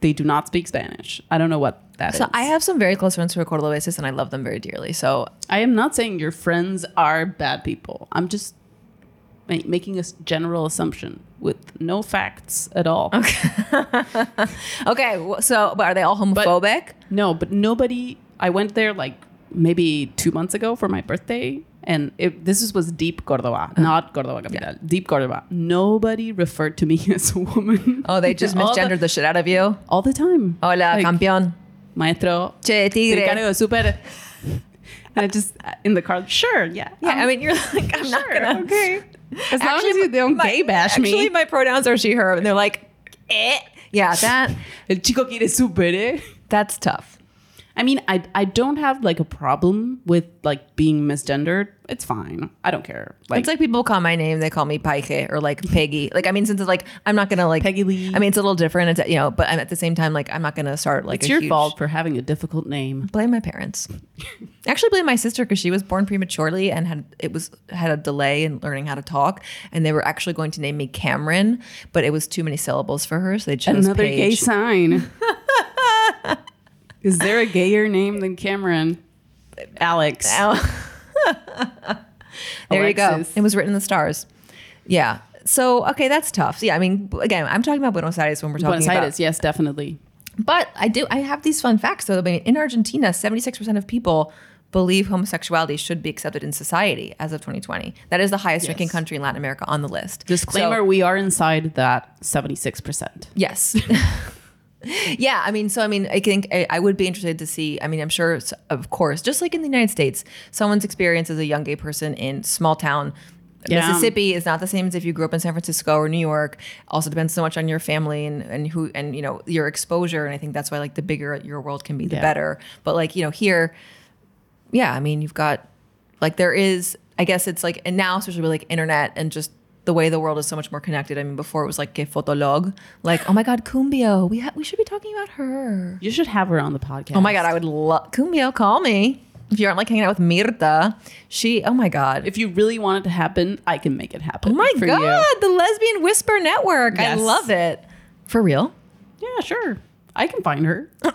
S2: They do not speak Spanish. I don't know what that is.
S1: So I have some very close friends who are Cordobeses, and I love them very dearly. So
S2: I am not saying your friends are bad people. I'm just ma- making a s- general assumption with no facts at all.
S1: okay. wh- So but are they all homophobic?
S2: No, but nobody. I went there like maybe two months ago for my birthday, and it, this is- was deep Cordoba, not Cordoba capital. Deep Cordoba. Nobody referred to me as a woman.
S1: oh, they just
S2: all the-
S1: misgendered the, shit out of you.
S2: all the time.
S1: Hola,
S2: Like,
S1: campeón.
S2: maestro.
S1: Che, tigre.
S2: Ricardo de super. And I just in the car. Sure, yeah,
S1: Yeah, i
S2: I'm-
S1: mean, you're like, I'm not
S2: sure,
S1: gonna.
S2: Okay, as long
S1: Actually,
S2: as you don't
S1: my-
S2: gay bash
S1: Actually,
S2: me.
S1: my pronouns are she, her, and they're like, eh. Yeah, that
S2: El chico quiere super. eh?
S1: that's tough.
S2: I mean, I I don't have like a problem with like being misgendered. It's fine. I don't care. Like,
S1: it's like people call my name, they call me Paike or like Peggy. Like, I mean, since it's like, I'm not gonna like
S2: Peggy Lee.
S1: I mean, it's a little different, it's, you know, but I'm at the same time, like, I'm not gonna start like
S2: it's
S1: a
S2: your
S1: huge-
S2: fault for having a difficult name.
S1: Blame my parents. Actually, blame my sister because she was born prematurely and had it was had a delay in learning how to talk, and they were actually going to name me Cameron, but it was too many syllables for her, so they chose
S2: Another
S1: Paige.
S2: gay sign. Is there a gayer name than Cameron? Alex.
S1: Oh. There you go.
S2: Alexis.
S1: It was written in the stars. Yeah. So okay, that's tough. So, yeah, I mean, b- again, I'm talking about Buenos Aires when we're talking
S2: Buenos
S1: about.
S2: Aires. Yes, definitely.
S1: But I do. I have these fun facts though. I mean, in Argentina, 76% of people believe homosexuality should be accepted in society as of 2020. That is the highest ranking
S2: Yes.
S1: country in Latin America on the list.
S2: Disclaimer:
S1: So-
S2: We are inside that seventy-six percent.
S1: yes. Yeah, I mean, so I mean, I think I, I would be interested to see. I mean, I'm sure, s- of course, just like in the United States, someone's experience as a young gay person in small town
S2: Yeah.
S1: Mississippi is not the same as if you grew up in San Francisco or New York. Also depends so much on your family and, and who and you know your exposure. And I think that's why like the bigger your world can be, the
S2: Yeah.
S1: better. But like you know here, yeah, I mean, you've got like there is. I guess it's like and now especially with like internet and just. The way the world is so much more connected. I mean, before it was like que fotolog, like oh my god, Cumbio, we ha- we should be talking about her.
S2: You should have her on the podcast.
S1: Oh my god, I would love Cumbio. Call me if you aren't like hanging out with Mirta. She. Oh my god.
S2: If you really want it to happen, I can make it happen.
S1: oh my
S2: for
S1: god, the Lesbian Whisper Network.
S2: Yes.
S1: I love it. For real?
S2: You. Yeah, sure. I can find her.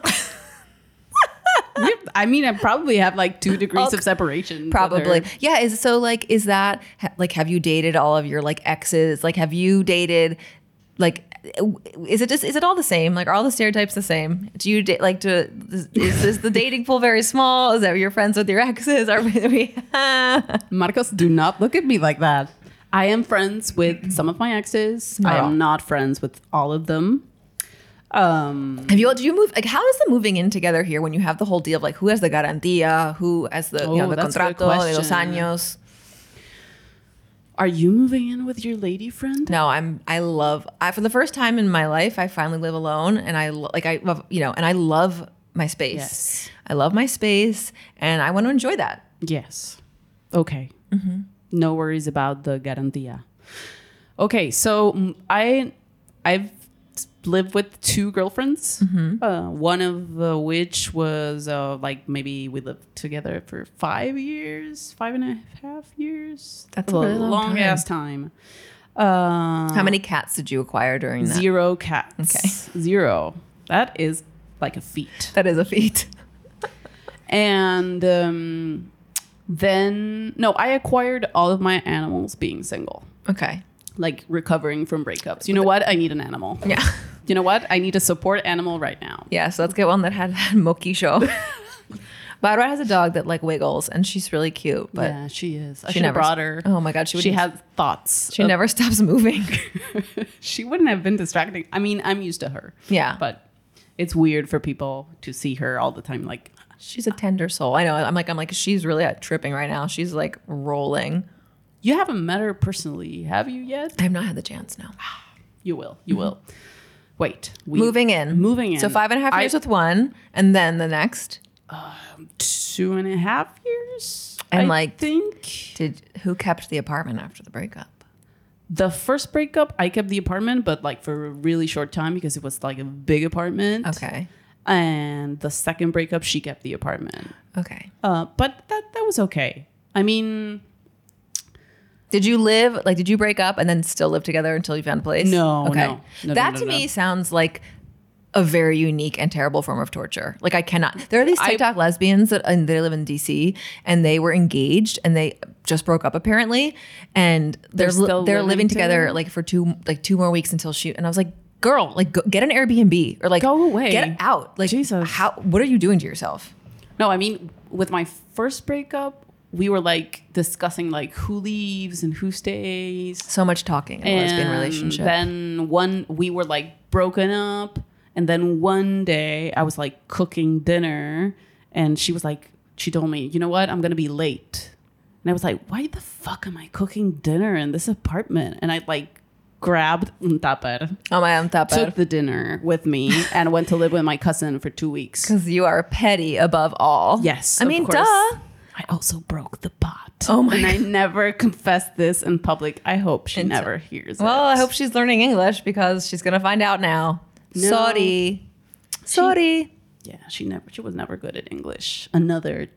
S2: Yep, I mean, I probably have like two degrees
S1: Oh,
S2: of separation. with
S1: Probably.
S2: her.
S1: Yeah. Is so like is that ha- like have you dated all of your like exes? Like have you dated like w- is it just is it all the same? Like are all the stereotypes the same? Do you date like to is, is the dating pool very small? Is that you're friends with your exes? Are we?
S2: Marcos, do not look at me like that. I am friends with some of my exes. I
S1: Oh.
S2: am not friends with all of them. Um,
S1: Have you all, do you move, like, how is the moving in together here when you have the whole deal of like who has the garantía, who has the, you know,
S2: Oh,
S1: the
S2: that's a good
S1: contrato de los
S2: question.
S1: años?
S2: are you moving in with your lady friend?
S1: No, I'm, I love, I, for the first time in my life, I finally live alone and I, lo- like, I love, you know, and I love my space.
S2: Yes.
S1: I love my space and I want to enjoy that.
S2: Yes. Okay. No worries about the garantia. Okay, so mm, I I've lived with two girlfriends.
S1: Mm-hmm.
S2: Uh, one of uh, which was uh, like maybe we lived together for five years, five and a half years.
S1: That's a really long time.
S2: ass time. Uh,
S1: How many cats did you acquire during that?
S2: Zero cats. Okay. Zero. That is like a feat.
S1: That is a feat.
S2: And um, then, no, I acquired all of my animals being single,
S1: Okay.
S2: like recovering from breakups. You know what? I need an animal.
S1: Yeah.
S2: You know what? I need a support animal right now.
S1: Yeah, so let's get one that had that Moki show. Badrat has a dog that like wiggles and she's really cute, but
S2: yeah, she is. I
S1: she
S2: should have
S1: never
S2: brought her.
S1: Oh my god, she would
S2: she has thoughts.
S1: she
S2: of-
S1: never stops moving.
S2: she wouldn't have been distracting. I mean, I'm used to her.
S1: yeah.
S2: But it's weird for people to see her all the time. Like,
S1: She's a tender soul. I know. I'm like, I'm like, she's really uh, tripping right now. She's like rolling.
S2: you haven't met her personally, have you yet?
S1: I have not had the chance. No.
S2: You will. You will. Wait. We,
S1: Mm-hmm. moving in.
S2: Moving in.
S1: So five and a half
S2: I-
S1: years with one, and then the next.
S2: two and a half years.
S1: And,
S2: I
S1: like-
S2: think
S1: Did who kept the apartment after the breakup?
S2: the first breakup, I kept the apartment, but like for a really short time because it was like a big apartment.
S1: Okay.
S2: And the second breakup, she kept the apartment.
S1: Okay.
S2: Uh, but that that was okay. I mean,
S1: Did you live like? Did you break up and then still live together until you found a place?
S2: No,
S1: Okay.
S2: no. No, no,
S1: that
S2: no,
S1: to
S2: no.
S1: me sounds like a very unique and terrible form of torture. Like I cannot. There are these
S2: I-
S1: TikTok lesbians that and they live in DC and they were engaged and they just broke up apparently and they're
S2: They're
S1: li-
S2: still
S1: they're
S2: living
S1: living together,
S2: together?
S1: like for two like two more weeks until she and I was like. Girl, like go, get an Airbnb or like
S2: Go away.
S1: Get out. Like
S2: Jesus.
S1: how? What are you doing to yourself?
S2: no, I mean, with my first breakup, we were like discussing like who leaves and who stays.
S1: So much talking in a lesbian relationship.
S2: Then one, we were like broken up, and then one day I was like cooking dinner, and she was like, she told me, you know what, I'm gonna be late, and I was like, why the fuck am I cooking dinner in this apartment? And I like grabbed un tupper,
S1: oh my, I'm that
S2: took the dinner with me, and went to live with my cousin for two weeks.
S1: because you are petty above all.
S2: Yes,
S1: I
S2: of
S1: mean,
S2: course.
S1: duh.
S2: I also broke the pot.
S1: Oh my
S2: And I never confessed this in public. I hope she never hears.
S1: Well,
S2: it.
S1: I hope she's learning English because she's gonna find out now.
S2: No.
S1: Sorry, sorry.
S2: Yeah, she never she was never good at English. Another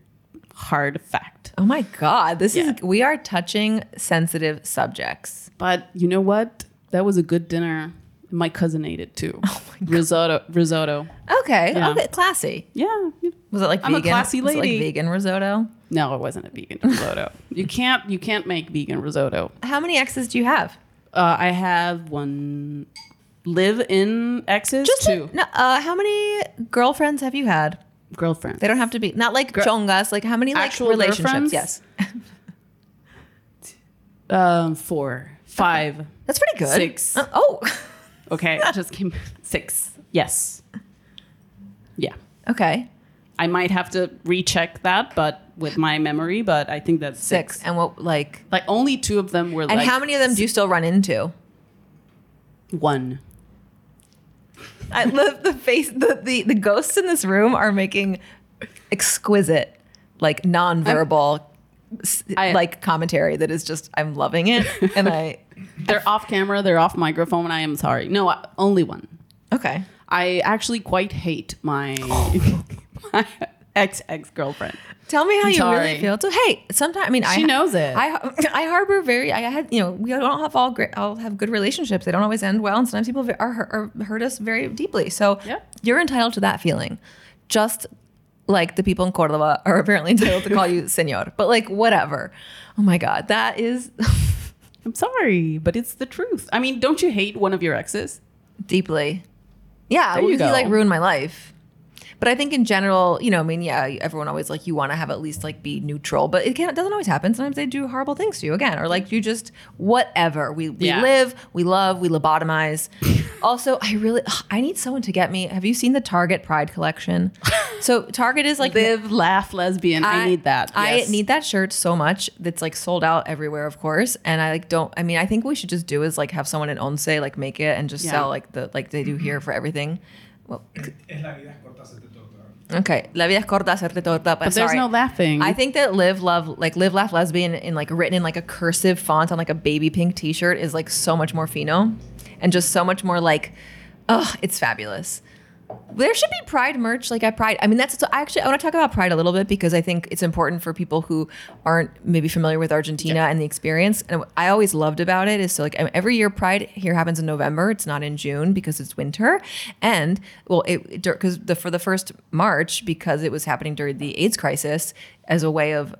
S2: hard fact.
S1: Oh my God, this
S2: Yeah.
S1: is we are touching sensitive subjects.
S2: But you know what? That was a good dinner. My cousin ate it too. Risotto risotto.
S1: Okay,
S2: Yeah.
S1: okay, classy.
S2: Yeah.
S1: Was it like
S2: I'm a
S1: vegan?
S2: classy
S1: Was it
S2: lady.
S1: like vegan risotto.
S2: No, it wasn't a vegan risotto. you can't you can't make vegan risotto.
S1: How many exes do you have?
S2: Uh, I have one live in exes two
S1: no, uh, how many girlfriends have you had?
S2: girlfriends.
S1: They don't have to be not like
S2: Gir-
S1: chongas. Like how many like
S2: Actual
S1: relationships?
S2: girlfriends?
S1: Yes,
S2: um four, five.
S1: that's pretty good.
S2: Six.
S1: Uh, oh,
S2: Okay, I just came six. Yes. Yeah.
S1: okay,
S2: I might have to recheck that, but with my memory, but I think that's
S1: six.
S2: six.
S1: And what like?
S2: Like only two of them were
S1: And
S2: like
S1: how many of them do you still run into?
S2: one.
S1: I love the face. The, the the ghosts in this room are making exquisite, like nonverbal, s
S2: I-
S1: like commentary that is just. I'm loving it, and I
S2: They're off camera, they're off microphone, and I am sorry. No, I- only one.
S1: okay.
S2: I actually quite hate my my ex ex girlfriend.
S1: Tell me how
S2: I'm
S1: you
S2: sorry.
S1: really feel. So hey, sometimes I mean I
S2: She knows it.
S1: I I harbor very. I had you know we don't have all great. All have good relationships. They don't always end well, and sometimes people are, hurt- are hurt us very deeply. So
S2: Yep.
S1: you're entitled to that feeling, just like the people in Cordoba are apparently entitled to call you señor. But like whatever. Oh my god, that is
S2: I'm sorry, but it's the truth. I mean, don't you hate one of your exes?
S1: deeply. Yeah,
S2: There you
S1: because he
S2: go.
S1: like ruined my life. But I think in general, you know, I mean, yeah, everyone always like you want to have at least like be neutral, but it, can, it doesn't always happen. Sometimes they do horrible things to you again, or like you just whatever. We we
S2: Yeah.
S1: live, we love, we lobotomize. also, I really ugh, I need someone to get me. Have you seen the Target Pride collection? so Target is like
S2: Live, laugh, lesbian. I, need that.
S1: I
S2: Yes.
S1: need that shirt so much. That's like sold out everywhere, of course. And I like don't. I mean, I think we should just do is like have someone in Once like make it and just
S2: Yeah.
S1: sell like the like they do here for everything. Well,
S3: Es la vida es corta, se te toca.
S1: okay. La vida es corta, hacerte torta. But,
S2: But there's
S1: sorry.
S2: no laughing.
S1: I think that live love like live laugh lesbian in like written in like a cursive font on like a baby pink t-shirt is like so much more fino and just so much more like oh it's fabulous. There should be pride merch like at pride. I mean that's so I actually I want to talk about pride a little bit because I think it's important for people who aren't maybe familiar with Argentina and the experience. And what I always loved about it is so like every year pride here happens in November. It's not in June because it's winter. And well it because the for the first March because it was happening during the AIDS crisis as a way of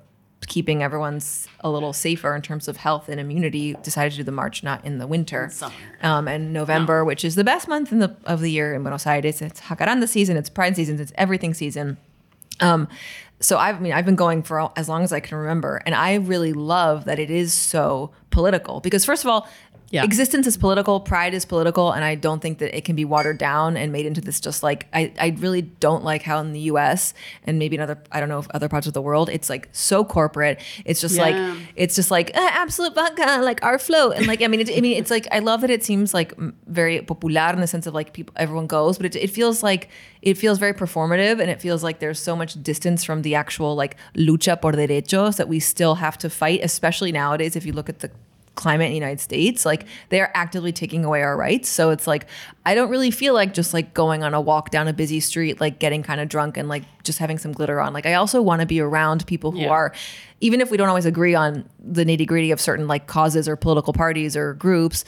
S1: keeping everyone's a little safer in terms of health and immunity decided to do the march not in the winter
S2: summer.
S1: um, and november which is the best month in the, of the year in buenos aires it's jacaranda season it's pride season it's everything season um, so I've, I mean, I've been going for all, as long as I can remember, and I really love that it is so political because first of all,
S2: Yeah.
S1: existence is political, pride is political, and I don't think that it can be watered down and made into this just like I, I really don't like how in the U.S. and maybe in other I don't know if other parts of the world it's like so corporate. It's just
S2: Yeah.
S1: like it's just like uh, absolute vodka, like our float, and like I mean, it, I mean, it's like I love that it seems like m- very popular in the sense of like people, everyone goes, but it, it feels like it feels very performative, and it feels like there's so much distance from the actual like lucha por derechos that we still have to fight, especially nowadays. If you look at the climate in the United States, like they are actively taking away our rights. So it's like I don't really feel like just like going on a walk down a busy street, like getting kind of drunk and like just having some glitter on. Like I also want to be around people who
S2: Yeah.
S1: are even if we don't always agree on the nitty gritty of certain like causes or political parties or groups,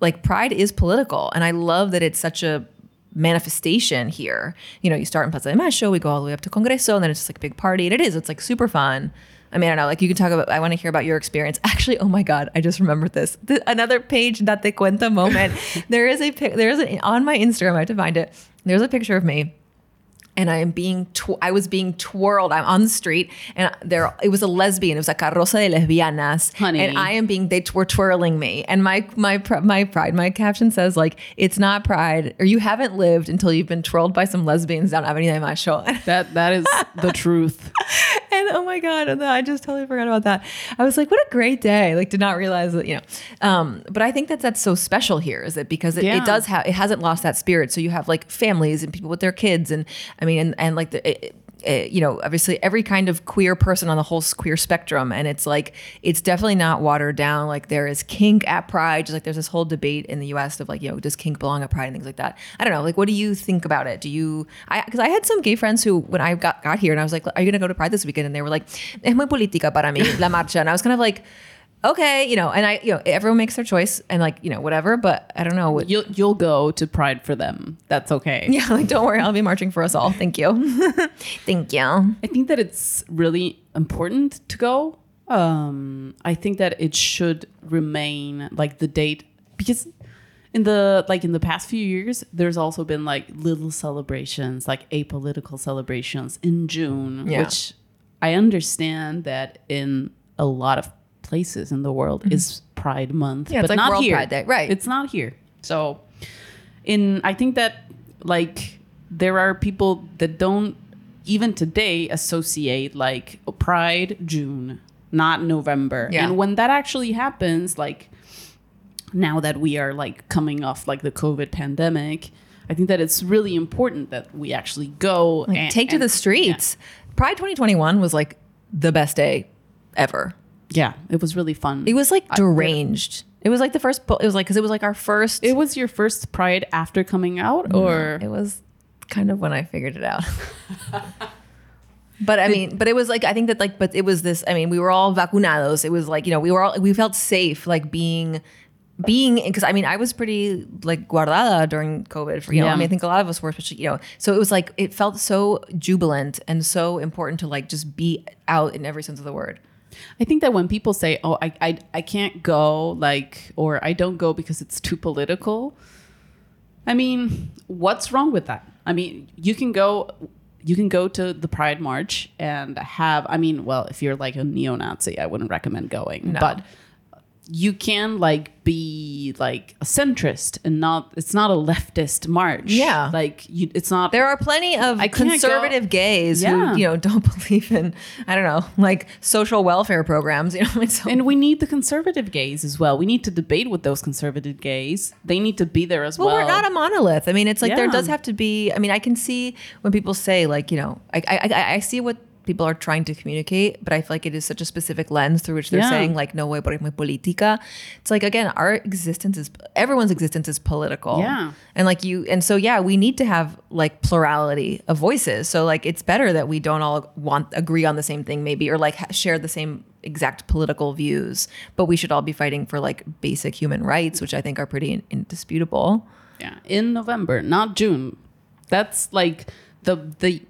S1: like pride is political. And I love that it's such a manifestation here. You know, you start in Plaza de Mayo, we go all the way up to Congreso, and then it's just like a big party. And it is, it's like super fun. I mean, I don't know, like you can talk about, I want to hear about your experience. Actually, oh my God, I just remembered this. Th- another page, that te cuenta moment. there is a, pic- there is an, on my Instagram, I have to find it. There's a picture of me and I am being tw- I was being twirled. I'm on the street, and there it was a lesbian. It was a carroza de lesbianas,
S2: Honey.
S1: And I am being they t- were twirling me, and my my pr- my pride. My caption says like it's not pride, or you haven't lived until you've been twirled by some lesbians down Avenida de Mayo. And,
S2: that that is the truth.
S1: oh my god, and I just totally forgot about that. I was like, what a great day! Like, did not realize that you know. Um, but I think that that's so special here, is it because it,
S2: Yeah.
S1: it does have it hasn't lost that spirit. So you have like families and people with their kids, and I mean, and, and like the. It, it- it- you know, obviously, every kind of queer person on the whole s- queer spectrum, and it's like it's definitely not watered down. Like there is kink at Pride, just like there's this whole debate in the U.S. of like, you know, does kink belong at Pride and things like that. I don't know. Like, what do you think about it? Do you? I because I had some gay friends who, when I got got here, and I was like, are you gonna go to Pride this weekend? And they were like, es muy política para mí la marcha, and I was kind of like. Okay, you know, and I, you know, everyone makes their choice and like, you know, whatever, but I don't know. What,
S2: You'll you'll go to Pride for them. That's okay.
S1: yeah, like, don't worry, I'll be marching for us all. Thank you. Thank you.
S2: I think that it's really important to go. Um, I think that it should remain like the date because in the like in the past few years, there's also been like little celebrations, like apolitical celebrations in June,
S1: Yeah.
S2: which I understand that in a lot of places in the world is Pride Month,
S1: Mm-hmm. Yeah, it's like
S2: but not
S1: World
S2: here.
S1: Pride Day, right.
S2: It's not here, so in I think that like there are people that don't even today associate like Pride June, not November.
S1: Yeah.
S2: And when that actually happens, like now that we are like coming off like the COVID pandemic, I think that it's really important that we actually go
S1: Like,
S2: and
S1: take to
S2: and-
S1: the streets. Pride 2021 was like the best day ever.
S2: Yeah, it was really fun.
S1: It was like deranged. It was like the first. po- It was like because it was like our first.
S2: It was your first Pride after coming out, or
S1: it was kind of when I figured it out. but I mean, but it was like I think that like, but it was this. I mean, we were all vacunados. It was like you know we were all we felt safe like being. Being, because I mean, I was pretty like guardada during COVID. For you know,
S2: Yeah.
S1: I mean, I think a lot of us were, especially you know. So it was like it felt so jubilant and so important to like just be out in every sense of the word.
S2: I think that when people say, "Oh, I, I, I can't go," like, or "I don't go because it's too political," I mean, what's wrong with that? I mean, you can go, you can go to the Pride March and have. I mean, well, if you're like a neo-Nazi, I wouldn't recommend going,
S1: No.
S2: but you can like be like a centrist and not it's not a leftist march.
S1: Yeah.
S2: Like you it's not
S1: There are plenty of
S2: I can't
S1: conservative gays
S2: Yeah.
S1: who, you know, don't believe in, I don't know, like social welfare programs. You know, it's so,
S2: and we need the conservative gays as well. We need to debate with those conservative gays. They need to be there as well.
S1: well, we're not a monolith. I mean, it's like there
S2: Yeah.
S1: does have to be. I mean, I can see when people say like, you know, I I, I- I see what people are trying to communicate, but I feel like it is such a specific lens through which they're
S2: Yeah.
S1: saying like, no way, por mi política. It's like again, our existence is everyone's existence is political.
S2: Yeah.
S1: and like you, and so yeah, we need to have like plurality of voices. So like, it's better that we don't all want agree on the same thing, maybe, or like ha- share the same exact political views but we should all be fighting for like basic human rights which i think are pretty in- indisputable
S2: Yeah, in November, not June. That's like the the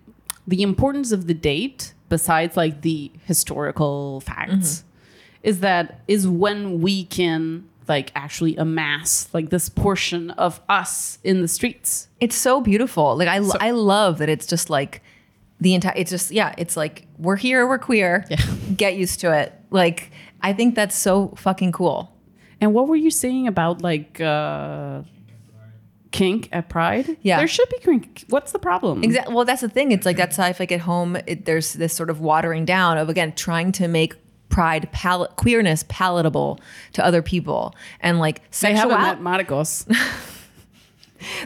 S2: the importance of the date besides like the historical facts
S1: Mm-hmm.
S2: is that is when we can like actually amass like this portion of us in the streets.
S1: It's so beautiful. Like I, I love that it's just like the entire. It's just yeah. It's like we're here. We're queer.
S2: Yeah.
S1: Get used to it. Like I think that's so fucking cool.
S2: And what were you saying about like uh kink at pride?
S1: Yeah.
S2: There should be kink. What's the problem?
S1: Exactly. Well, that's the thing. It's like that's how I feel like at home. It, there's this sort of watering down of again trying to make pride pal- queerness palatable to other people and like
S2: They haven't
S1: sexual
S2: met Marcos.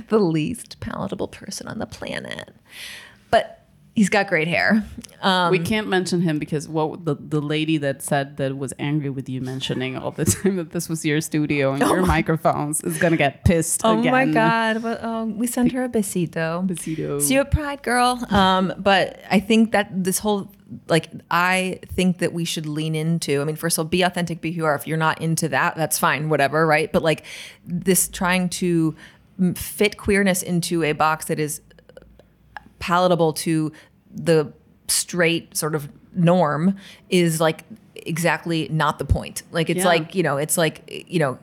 S1: the least palatable person on the planet but he's got great hair um
S2: we can't mention him because what the, the lady that said that was angry with you mentioning all the time that this was your studio and your microphones is gonna get pissed
S1: oh
S2: again.
S1: my god well, oh, we sent her a besito
S2: Besito.
S1: See you at Pride, girl. Um, but I think that this whole like I think that we should lean into. I mean, first of all, be authentic, be who you are. If you're not into that, that's fine, whatever, right? But like this trying to mm, fit queerness into a box that is palatable to the straight sort of norm is like exactly not the point. Like it's
S2: Yeah.
S1: like, you know, it's like, you know,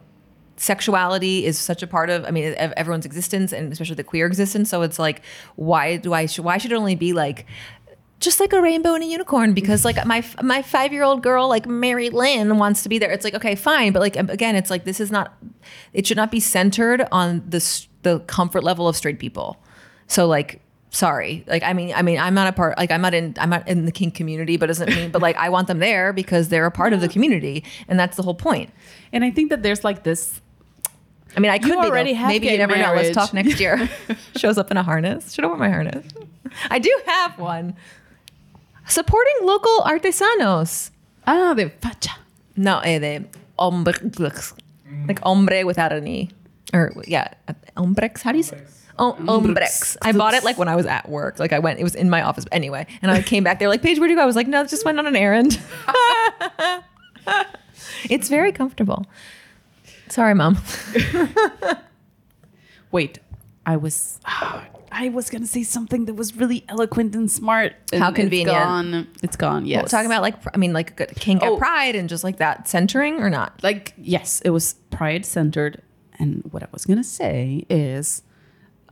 S1: sexuality is such a part of, I mean, of everyone's existence and especially the queer existence. So it's like, why do I, sh- why should it only be like, just like a rainbow and a unicorn because like my my 5-year-old girl like Mary Lynn wants to be there. It's like okay, fine, but like again, it's like this is not it should not be centered on the s- the comfort level of straight people. So like sorry. Like I mean I mean I'm not a part like I'm not in I'm not in the kink community, but doesn't mean but like I want them there because they're a part of the community and that's the whole point.
S2: And I think that there's like this
S1: I mean I could be though.
S2: already have
S1: maybe you
S2: gay
S1: never know. Let's
S2: marriage.
S1: talk next year. Shows up in a harness. Should I wear my harness? I do have one. Supporting local artesanos.
S2: ah the facha.
S1: No, eh, de hombre, like hombre without an e, or yeah, hombrex. How do you say? Oh, hombrex. I bought it like when I was at work. Like I went, it was in my office anyway, and I came back. They're like, "Paige, where do you go?" I was like, "No, just went on an errand." it's very comfortable. Sorry, mom.
S2: Wait, I was I was gonna say something that was really eloquent and smart. and
S1: How convenient.
S2: It's gone. It's gone. Yes.
S1: We're talking about like, pr- I mean, like good- kink at
S2: Oh.
S1: pride and just like that centering or not.
S2: like yes it was pride centered and what i was going to say is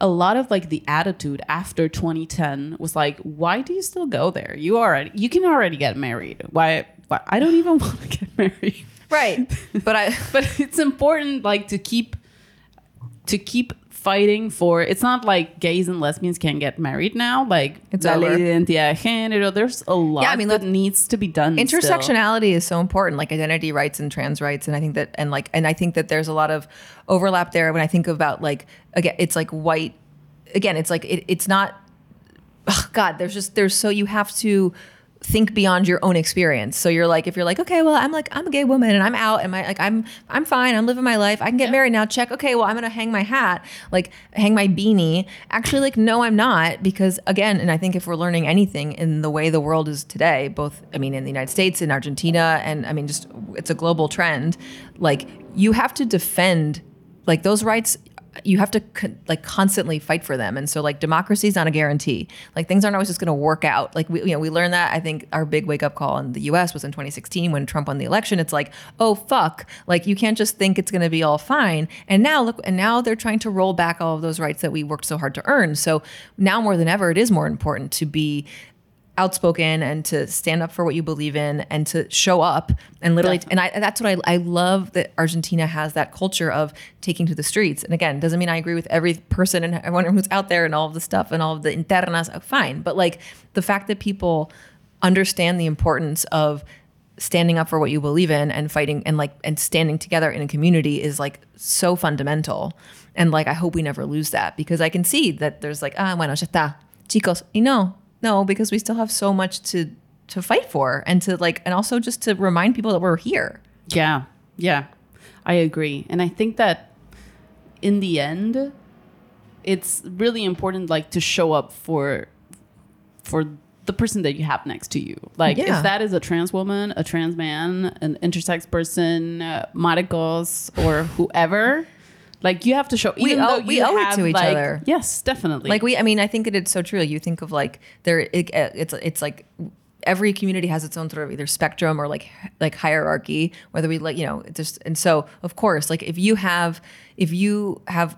S2: a lot of like the attitude after 2010 was like why do you still go there you already you can already get married why, why i don't even want to get married
S1: Right, but I.
S2: but it's important like to keep to keep fighting for it's not like gays and lesbians can get married now like
S1: It's
S2: la ley
S1: over.
S2: de identidad de género there's a lot
S1: mean,
S2: that
S1: let-
S2: needs to be done still.
S1: intersectionality is so important like identity rights and trans rights and i think that and like and i think that there's a lot of overlap there when i think about like again it's like white again it's like it, it's not ugh, god there's just there's so you have to think beyond your own experience so you're like if you're like okay well i'm like i'm a gay woman and i'm out and my like i'm i'm fine i'm living my life i can get married now check okay well i'm gonna hang my hat like hang my beanie actually like no i'm not because again and i think if we're learning anything in the way the world is today both i mean in the united states in argentina and i mean just it's a global trend like you have to defend like those rights you have to con- like constantly fight for them and so like democracy is not a guarantee like things aren't always just going to work out like we you know we learned that i think our big wake up call in the us was in 2016 when trump won the election it's like oh fuck like you can't just think it's going to be all fine and now look and now they're trying to roll back all of those rights that we worked so hard to earn so now more than ever it is more important to be outspoken and to stand up for what you believe in and to show up and literally and I, that's what I, I love that argentina has that culture of taking to the streets and again doesn't mean i agree with every person and everyone who's out there and all of the stuff and all of the internas uh, fine but like the fact that people understand the importance of standing up for what you believe in and fighting and like and standing together in a community is like so fundamental and like i hope we never lose that because i can see that there's like ah bueno ya está chicos y no no because we still have so much to to fight for and to like and also just to remind people that we're here
S2: Yeah, yeah, I agree, and I think that in the end, it's really important, like, to show up for for the person that you have next to you. Like,
S1: Yeah.
S2: if that is a trans woman, a trans man, an intersex person, uh, maricos, or whoever. Like you have to show.
S1: We
S2: even
S1: owe-
S2: though
S1: we
S2: you
S1: owe it
S2: have,
S1: to each
S2: like-
S1: other.
S2: Yes, definitely.
S1: Like we, I mean, I think that it's so true. You think of like there, it, it's it's like every community has its own sort of either spectrum or like like hierarchy. Whether we like you know just and so of course like if you have if you have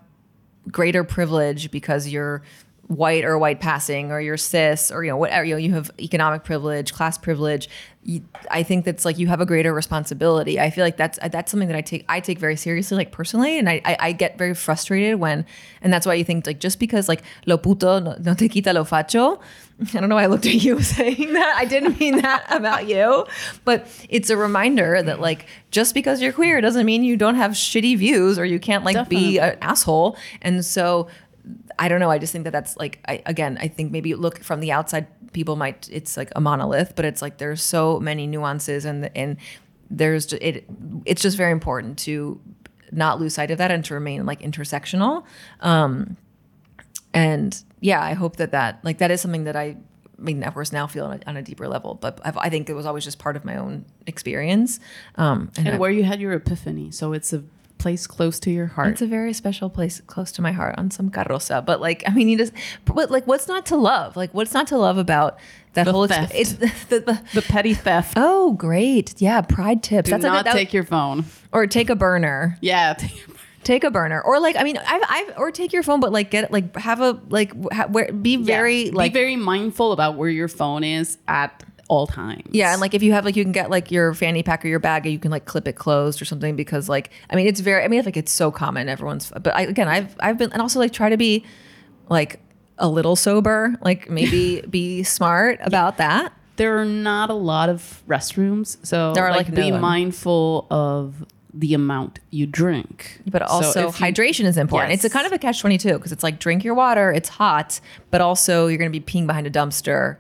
S1: greater privilege because you're white or white passing or you're cis or you know whatever you know you have economic privilege class privilege you, i think that's like you have a greater responsibility i feel like that's that's something that i take i take very seriously like personally and i i, I get very frustrated when and that's why you think like just because like lo puto no, no te quita lo facho i don't know why i looked at you saying that i didn't mean that about you but it's a reminder that like just because you're queer doesn't mean you don't have shitty views or you can't like be
S2: Definitely.
S1: an asshole and so I don't know. I just think that that's like, I, again, I think maybe look from the outside, people might, it's like a monolith, but it's like there's so many nuances and, and there's, ju- it, it's just very important to not lose sight of that and to remain like intersectional. Um, and yeah, I hope that that, like, that is something that I, I mean, of course, now feel on a, on a deeper level, but I've, I think it was always just part of my own experience. Um, and I-
S2: and where you had your epiphany. So it's a place close to your heart.
S1: It's a very special place close to my heart on some carroza. But like, I mean, you just, but like, what's not to love? Like, what's not to love about that
S2: The
S1: whole
S2: theft.
S1: experience? The, the,
S2: the petty theft.
S1: oh, great. Yeah. Pride tips.
S2: Do
S1: That's
S2: not
S1: a, that,
S2: take your phone.
S1: or take a burner,
S2: Yeah, take your
S1: take a burner or like, I mean, I've, I've, or take your phone, but like get, like have a, like ha, where, be very
S2: Yeah.
S1: like,
S2: be very mindful about where your phone is at all times.
S1: yeah, and like if you have like you can get like your fanny pack or your bag, and you can like clip it closed or something because like I mean it's very I mean like it's so common everyone's but I, again I've I've been and also like try to be like a little sober like maybe be smart about that
S2: there are not a lot of restrooms, so
S1: There are, like,
S2: be
S1: none.
S2: mindful of the amount you drink,
S1: but
S2: So
S1: also
S2: if you-
S1: hydration is important. It's a
S2: Yes.
S1: kind of a catch twenty two because it's like drink your water, it's hot, but also you're gonna be peeing behind a dumpster.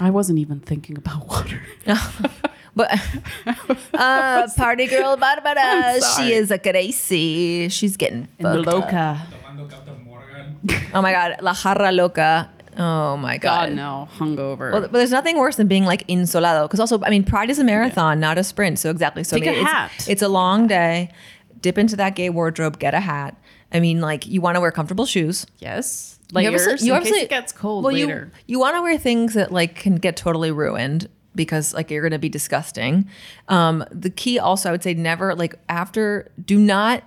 S2: I wasn't even thinking about water.
S1: But uh, party girl Barbara,
S2: I'm sorry.
S1: she is a crazy. She's getting fucked up.
S2: Loca.
S3: Tomando Captain Morgan.
S1: Oh my god, la jarra loca. Oh my god.
S2: God no, hungover.
S1: Well, but there's nothing worse than being like insolado because also I mean Pride is a marathon, not a sprint. So exactly. So I
S2: Take
S1: mean,
S2: a
S1: it's-
S2: hat.
S1: It's, a long day. Dip into that gay wardrobe, get a hat. I mean, like you want to wear comfortable shoes.
S2: yes,
S1: You
S2: layers.
S1: obviously- you
S2: in
S1: obviously-
S2: case it gets cold
S1: well,
S2: later.
S1: You, you want to wear things that like can get totally ruined because like you're going to be disgusting. Um, the key also, I would say, never like after. Do not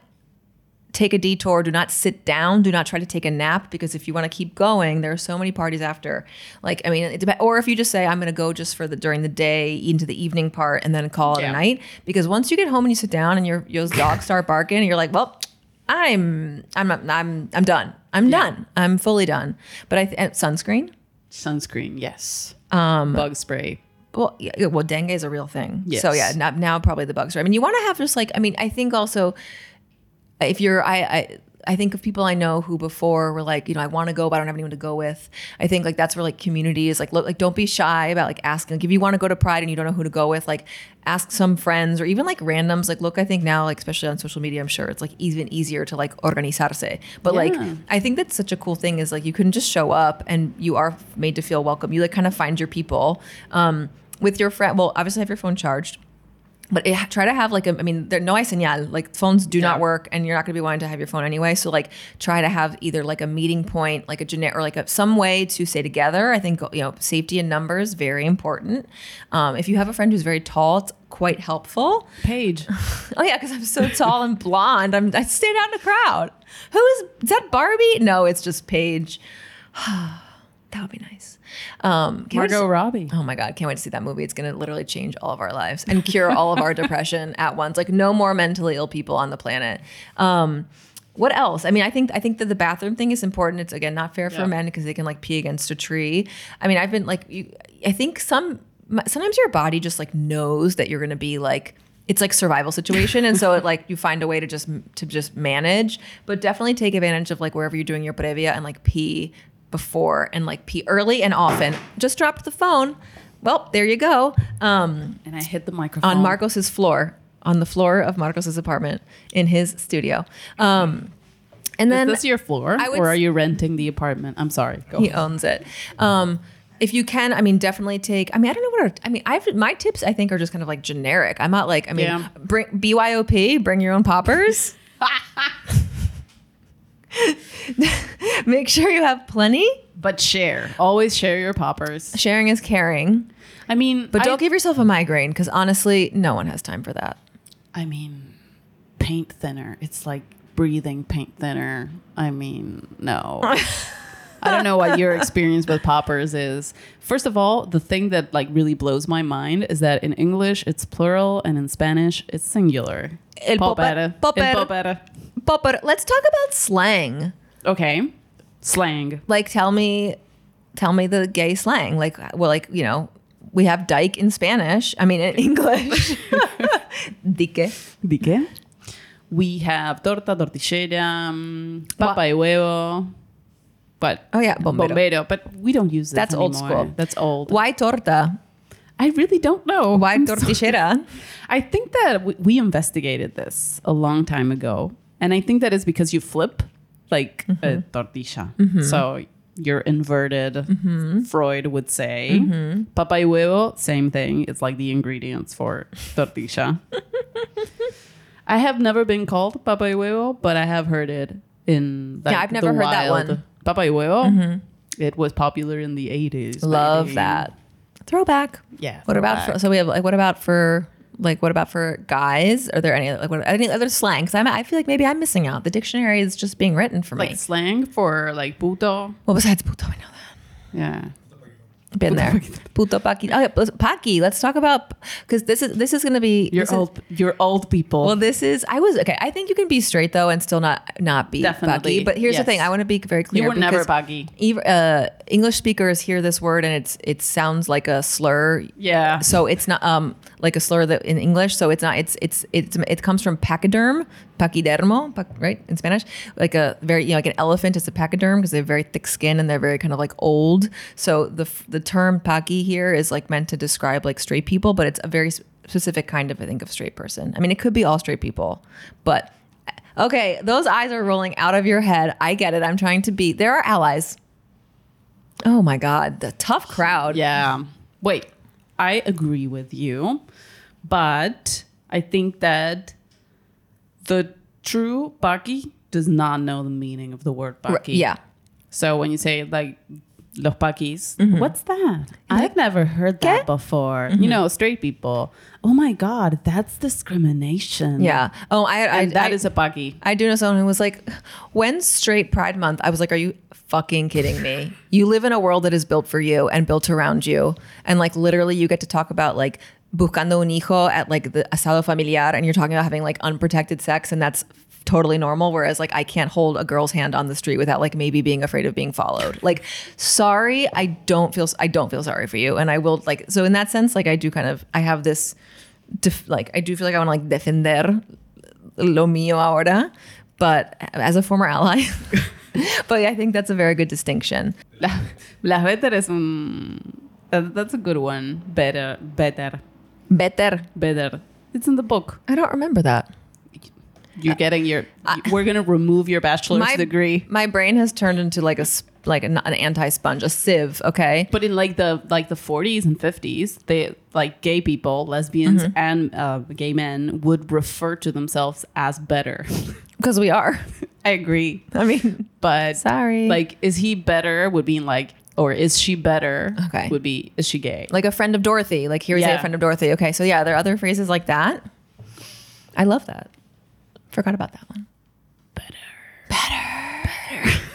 S1: take a detour. Do not sit down. Do not try to take a nap because if you want to keep going, there are so many parties after. Like I mean, it depends. Or if you just say I'm going to go just for the during the day into the evening part and then call it
S2: Yeah.
S1: a night because once you get home and you sit down and your your dogs start barking and you're like, well. I'm I'm I'm I'm done. I'm done. I'm fully done. But I th- and sunscreen.
S2: Sunscreen, yes. Um, Bug spray.
S1: Well, yeah, yeah, well, dengue is a real thing. So
S2: Yes.
S1: yeah, now, now probably the bugs. Are, I mean, you want to have just like I mean, I think also if you're I. I I think of people I know who before were like, you know, I want to go, but I don't have anyone to go with. I think like that's where like community is like, look, like don't be shy about like asking. Like if you want to go to Pride and you don't know who to go with, like ask some friends or even like randoms. Like look, I think now like especially on social media, I'm sure it's like even easier to like organizarse. But
S2: Yeah.
S1: like I think that's such a cool thing is like you can just show up and you are made to feel welcome. You like kind of find your people um, with your friend. Well, obviously have your phone charged, but it, try to have like a, I mean, there no hay señal. Like phones do not
S2: Yeah.
S1: work, and you're not going to be wanting to have your phone anyway. So like try to have either like a meeting point, like a generic, or like a, some way to stay together. I think you know safety in numbers very important. Um, if you have a friend who's very tall, it's quite helpful.
S2: Paige.
S1: Oh yeah, because I'm so tall and blonde. I'm I stand out in the crowd. Who is, is that? Barbie? No, it's just Paige. that would be nice. Um, can we
S2: Margot
S1: just-
S2: Robbie.
S1: Oh my God, can't wait to see that movie. It's going to literally change all of our lives and cure all of our depression at once. Like, no more mentally ill people on the planet. Um, what else? I mean, I think I think that the bathroom thing is important. It's again not fair
S2: Yeah.
S1: for men because they can like pee against a tree. I mean, I've been like, you, I think some sometimes your body just like knows that you're going to be like it's like survival situation and so it like you find a way to just to just manage but definitely take advantage of like wherever you're doing your previa and like pee before and like pee early and often just dropped the phone well there you go um,
S2: And I hit the microphone.
S1: on marcos's floor on the floor of marcos's apartment in his studio um, and
S2: Is
S1: then
S2: this your floor?
S1: I would
S2: or
S1: s-
S2: are you renting the apartment? I'm sorry. Go.
S1: he owns it. Um, if you can, I mean, definitely take. I mean, I don't know what. Our, I mean, I've my tips. I think are just kind of like generic. I'm not like. I mean,
S2: Yeah.
S1: bring BYOP. Bring your own poppers. Make sure you have plenty.
S2: But share. Always share your poppers.
S1: Sharing is caring,
S2: I mean,
S1: but don't
S2: I,
S1: give yourself a migraine because honestly, no one has time for that.
S2: I mean, paint thinner. It's like breathing paint thinner. I mean, no. I don't know what your experience with poppers is. First of all, the thing that like really blows my mind is that in English it's plural and in Spanish it's singular.
S1: El
S2: Popper.
S1: popper.
S2: El popper.
S1: Popper. Let's talk about slang.
S2: Okay. Slang.
S1: like tell me tell me the gay slang like well like you know we have dyke in spanish i mean in english dike
S2: ¿De qué? We have torta, tortillera, um, papa y huevo, but
S1: oh yeah bombero.
S2: bombero. But we don't use this
S1: That's old
S2: anymore.
S1: school.
S2: That's old.
S1: why torta
S2: I really don't know.
S1: why
S2: I'm sorry.
S1: tortillera
S2: I think that we, we investigated this a long time ago, and I think that is because you flip like a
S1: Mm-hmm.
S2: tortilla. So you're inverted.
S1: Mm-hmm.
S2: Freud would say papa y huevo, same thing. It's like the ingredients for tortilla. I have never been called papa y huevo, but I have heard it in like,
S1: Yeah, I've
S2: the
S1: never heard that
S2: wild.
S1: one. Mm-hmm.
S2: Papa y huevo. It was popular in the 80s.
S1: love
S2: maybe.
S1: that throwback
S2: Yeah.
S1: what about for, so we have like what about for like what about for guys are there any like what, any other slang because i feel like maybe i'm missing out the dictionary is just being written for me
S2: like slang for like puto?
S1: well besides puto i know that
S2: Yeah.
S1: been there puto paqui oh yeah, paqui let's talk about because this is this is going to be
S2: You're
S1: this is-
S2: old. You're old people.
S1: Well, this is I was okay. I think you can be straight though and still not not be
S2: Definitely,
S1: buggy. But here's
S2: yes.
S1: the thing: I want to be very clear.
S2: you were never
S1: because
S2: buggy.
S1: ev- uh, English speakers hear this word and it's it sounds like a slur.
S2: Yeah.
S1: So it's not um like a slur that in English. So it's not. It's it's it's it comes from pachyderm, pachydermo, pac, right in Spanish. Like a very you know like an elephant is a pachyderm because they have very thick skin and they're very kind of like old. So the f- the term paqui here is like meant to describe like straight people, but it's a very s- specific kind of I think of straight person. I mean, it could be all straight people, but. Okay, those eyes are rolling out of your head. I get it. I'm trying to be. There are allies. Oh my God, the tough crowd.
S2: Yeah. Wait, I agree with you, but I think that the true buggy does not know the meaning of the word
S1: R-
S2: buggy.
S1: Yeah.
S2: So when you say like los paquis, what's that? I've never heard
S1: Mm-hmm. ¿Qué? Mm-hmm.
S2: that before. You know, straight people. Oh my God, that's discrimination.
S1: Yeah. Oh, I I,
S2: And that
S1: I,
S2: is a buggy.
S1: I do know someone who was like, "When's straight Pride Month?" I was like, "Are you fucking kidding me? You live in a world that is built for you and built around you, and like literally, you get to talk about like buscando un hijo at like the asado familiar, and you're talking about having like unprotected sex, and that's totally normal. Whereas like I can't hold a girl's hand on the street without like maybe being afraid of being followed. Like, sorry, I don't feel I don't feel sorry for you, and I will like so in that sense, like I do kind of I have this. Def- like I do feel like I want to like defender lo mío ahora, but as a former ally. but I think that's a very good distinction.
S2: La, la better is um, that, that's a good one. Better, better,
S1: Better.
S2: better. It's in the book.
S1: I don't remember that.
S2: You're getting your. we're gonna remove your bachelor's degree,
S1: my brain has turned into like a s- like an, an anti sponge, a sieve. Okay.
S2: but in like the like the 40s and 50s, they like gay people, lesbians, and uh, gay men would refer to themselves as better.
S1: Because we are.
S2: I agree,
S1: I mean,
S2: but
S1: sorry.
S2: like, is he better? Would be like, or is she better?
S1: Okay.
S2: would be is she gay?
S1: like a friend of Dorothy. Like here's
S2: Yeah.
S1: a friend of Dorothy. Okay. So yeah, there are other phrases like that. I love that. Forgot about that one. Better. Better.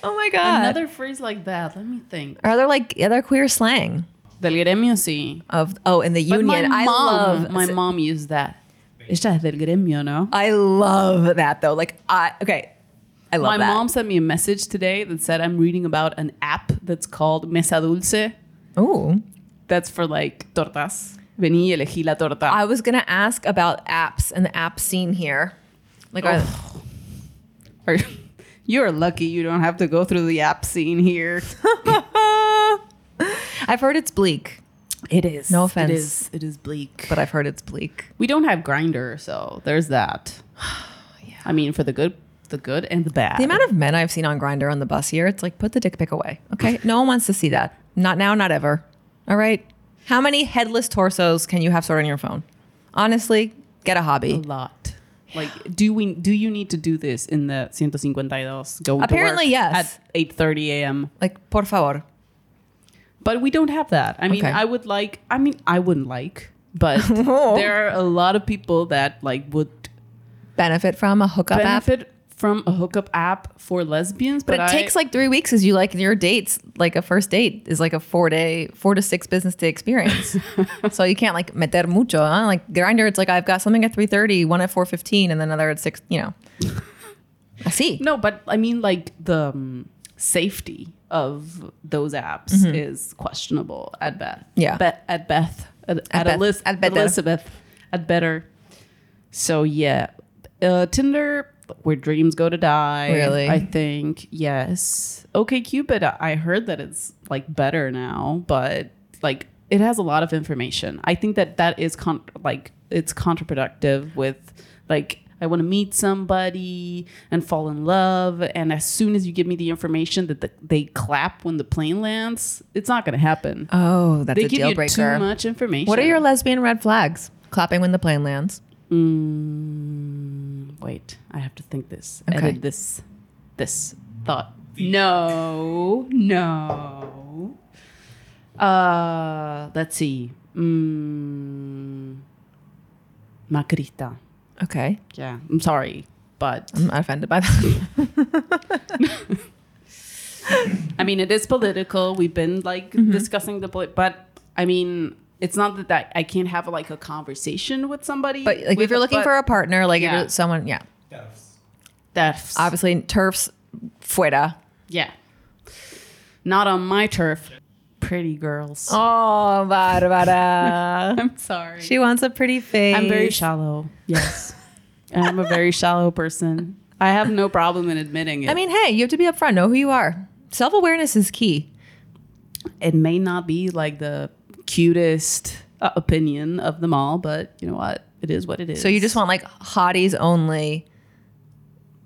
S1: Oh my god.
S2: Another phrase like that. Let me think.
S1: Are there like other queer slang
S2: Del gremio, sí.
S1: of oh in the
S2: But
S1: union?
S2: my
S1: I
S2: mom,
S1: love
S2: my mom used that. Esta es del gremio, no?
S1: I love that though. Like I okay, I love
S2: my
S1: that.
S2: mom sent me a message today that said I'm reading about an app that's called Mesa Dulce.
S1: Oh,
S2: That's for like tortas. Vení y elegí la torta.
S1: I was gonna ask about apps and the app scene here. Like are,
S2: Or- You're lucky you don't have to go through the app scene here.
S1: I've heard it's bleak,
S2: It is.
S1: No offense.
S2: It is, it is bleak.
S1: but I've heard it's bleak.
S2: we don't have grinder, so there's that. I mean, for the good, the good and the bad.
S1: The amount of men I've seen on Grinder on the bus here, it's like put the dick pic away. Okay, no one wants to see that. Not now, not ever. All right. How many headless torsos can you have stored on your phone? Honestly, get a hobby.
S2: a lot. Like, do we? Do you need to do this in the 152? Go
S1: Apparently,
S2: to work
S1: yes.
S2: at 8:30 a.m.
S1: Like, por favor.
S2: But we don't have that. I mean,
S1: Okay.
S2: I would like. I mean, I wouldn't like. But
S1: Oh.
S2: there are a lot of people that like would
S1: Benefit from a hookup app.
S2: benefit from a hookup app for lesbians.
S1: But
S2: But,
S1: it
S2: I-
S1: takes like three weeks because you like your dates, like a first date is like a four day, four to six business day experience. so you can't like meter mucho. Huh? Like Grinder, it's like I've got something at 3.30, one at 4.15 and then another at six, you know. I see.
S2: No, but I mean, like the um, safety of those apps is questionable at best.
S1: Mm-hmm. Yeah.
S2: Be- at best. At, at,
S1: best.
S2: Elis-
S1: At better.
S2: Elizabeth. At better. So yeah, uh, Tinder, where dreams go to die.
S1: Really?
S2: I think yes. Okay, Cupid. I heard that it's like better now, but like it has a lot of information. I think that that is con- like it's counterproductive with like I want to meet somebody and fall in love, and as soon as you give me the information that the, they clap when the plane lands, it's not going to happen.
S1: Oh, that's
S2: they
S1: a
S2: give
S1: deal
S2: you
S1: breaker.
S2: too much information.
S1: What are your lesbian red flags? Clapping when the plane lands.
S2: Mm, wait, I have to think this.
S1: Okay.
S2: Edit this. This thought. No, no. Uh, let's see. Mm, Macrita.
S1: Okay.
S2: Yeah, I'm sorry, but
S1: I'm not offended by that.
S2: I mean, it is political. We've been like
S1: Mm-hmm.
S2: discussing the, polit- but I mean, it's not that, that I can't have like a conversation with somebody.
S1: But like if
S2: with-
S1: you're looking
S2: but
S1: for a partner, like if
S2: Yeah.
S1: you're someone, yeah.
S3: Tariffs.
S2: that's
S1: Obviously turfs fuera.
S2: Yeah. Not on my turf. Pretty girls.
S1: Oh, Barbara.
S2: I'm sorry.
S1: she wants a pretty face.
S2: I'm very shallow. Yes. I'm a very shallow person. I have no problem in admitting it.
S1: I mean, hey, you have to be upfront, know who you are. Self awareness is key.
S2: it may not be like the cutest uh, opinion of them all, but you know what? It is what it is.
S1: So you just want like hotties only,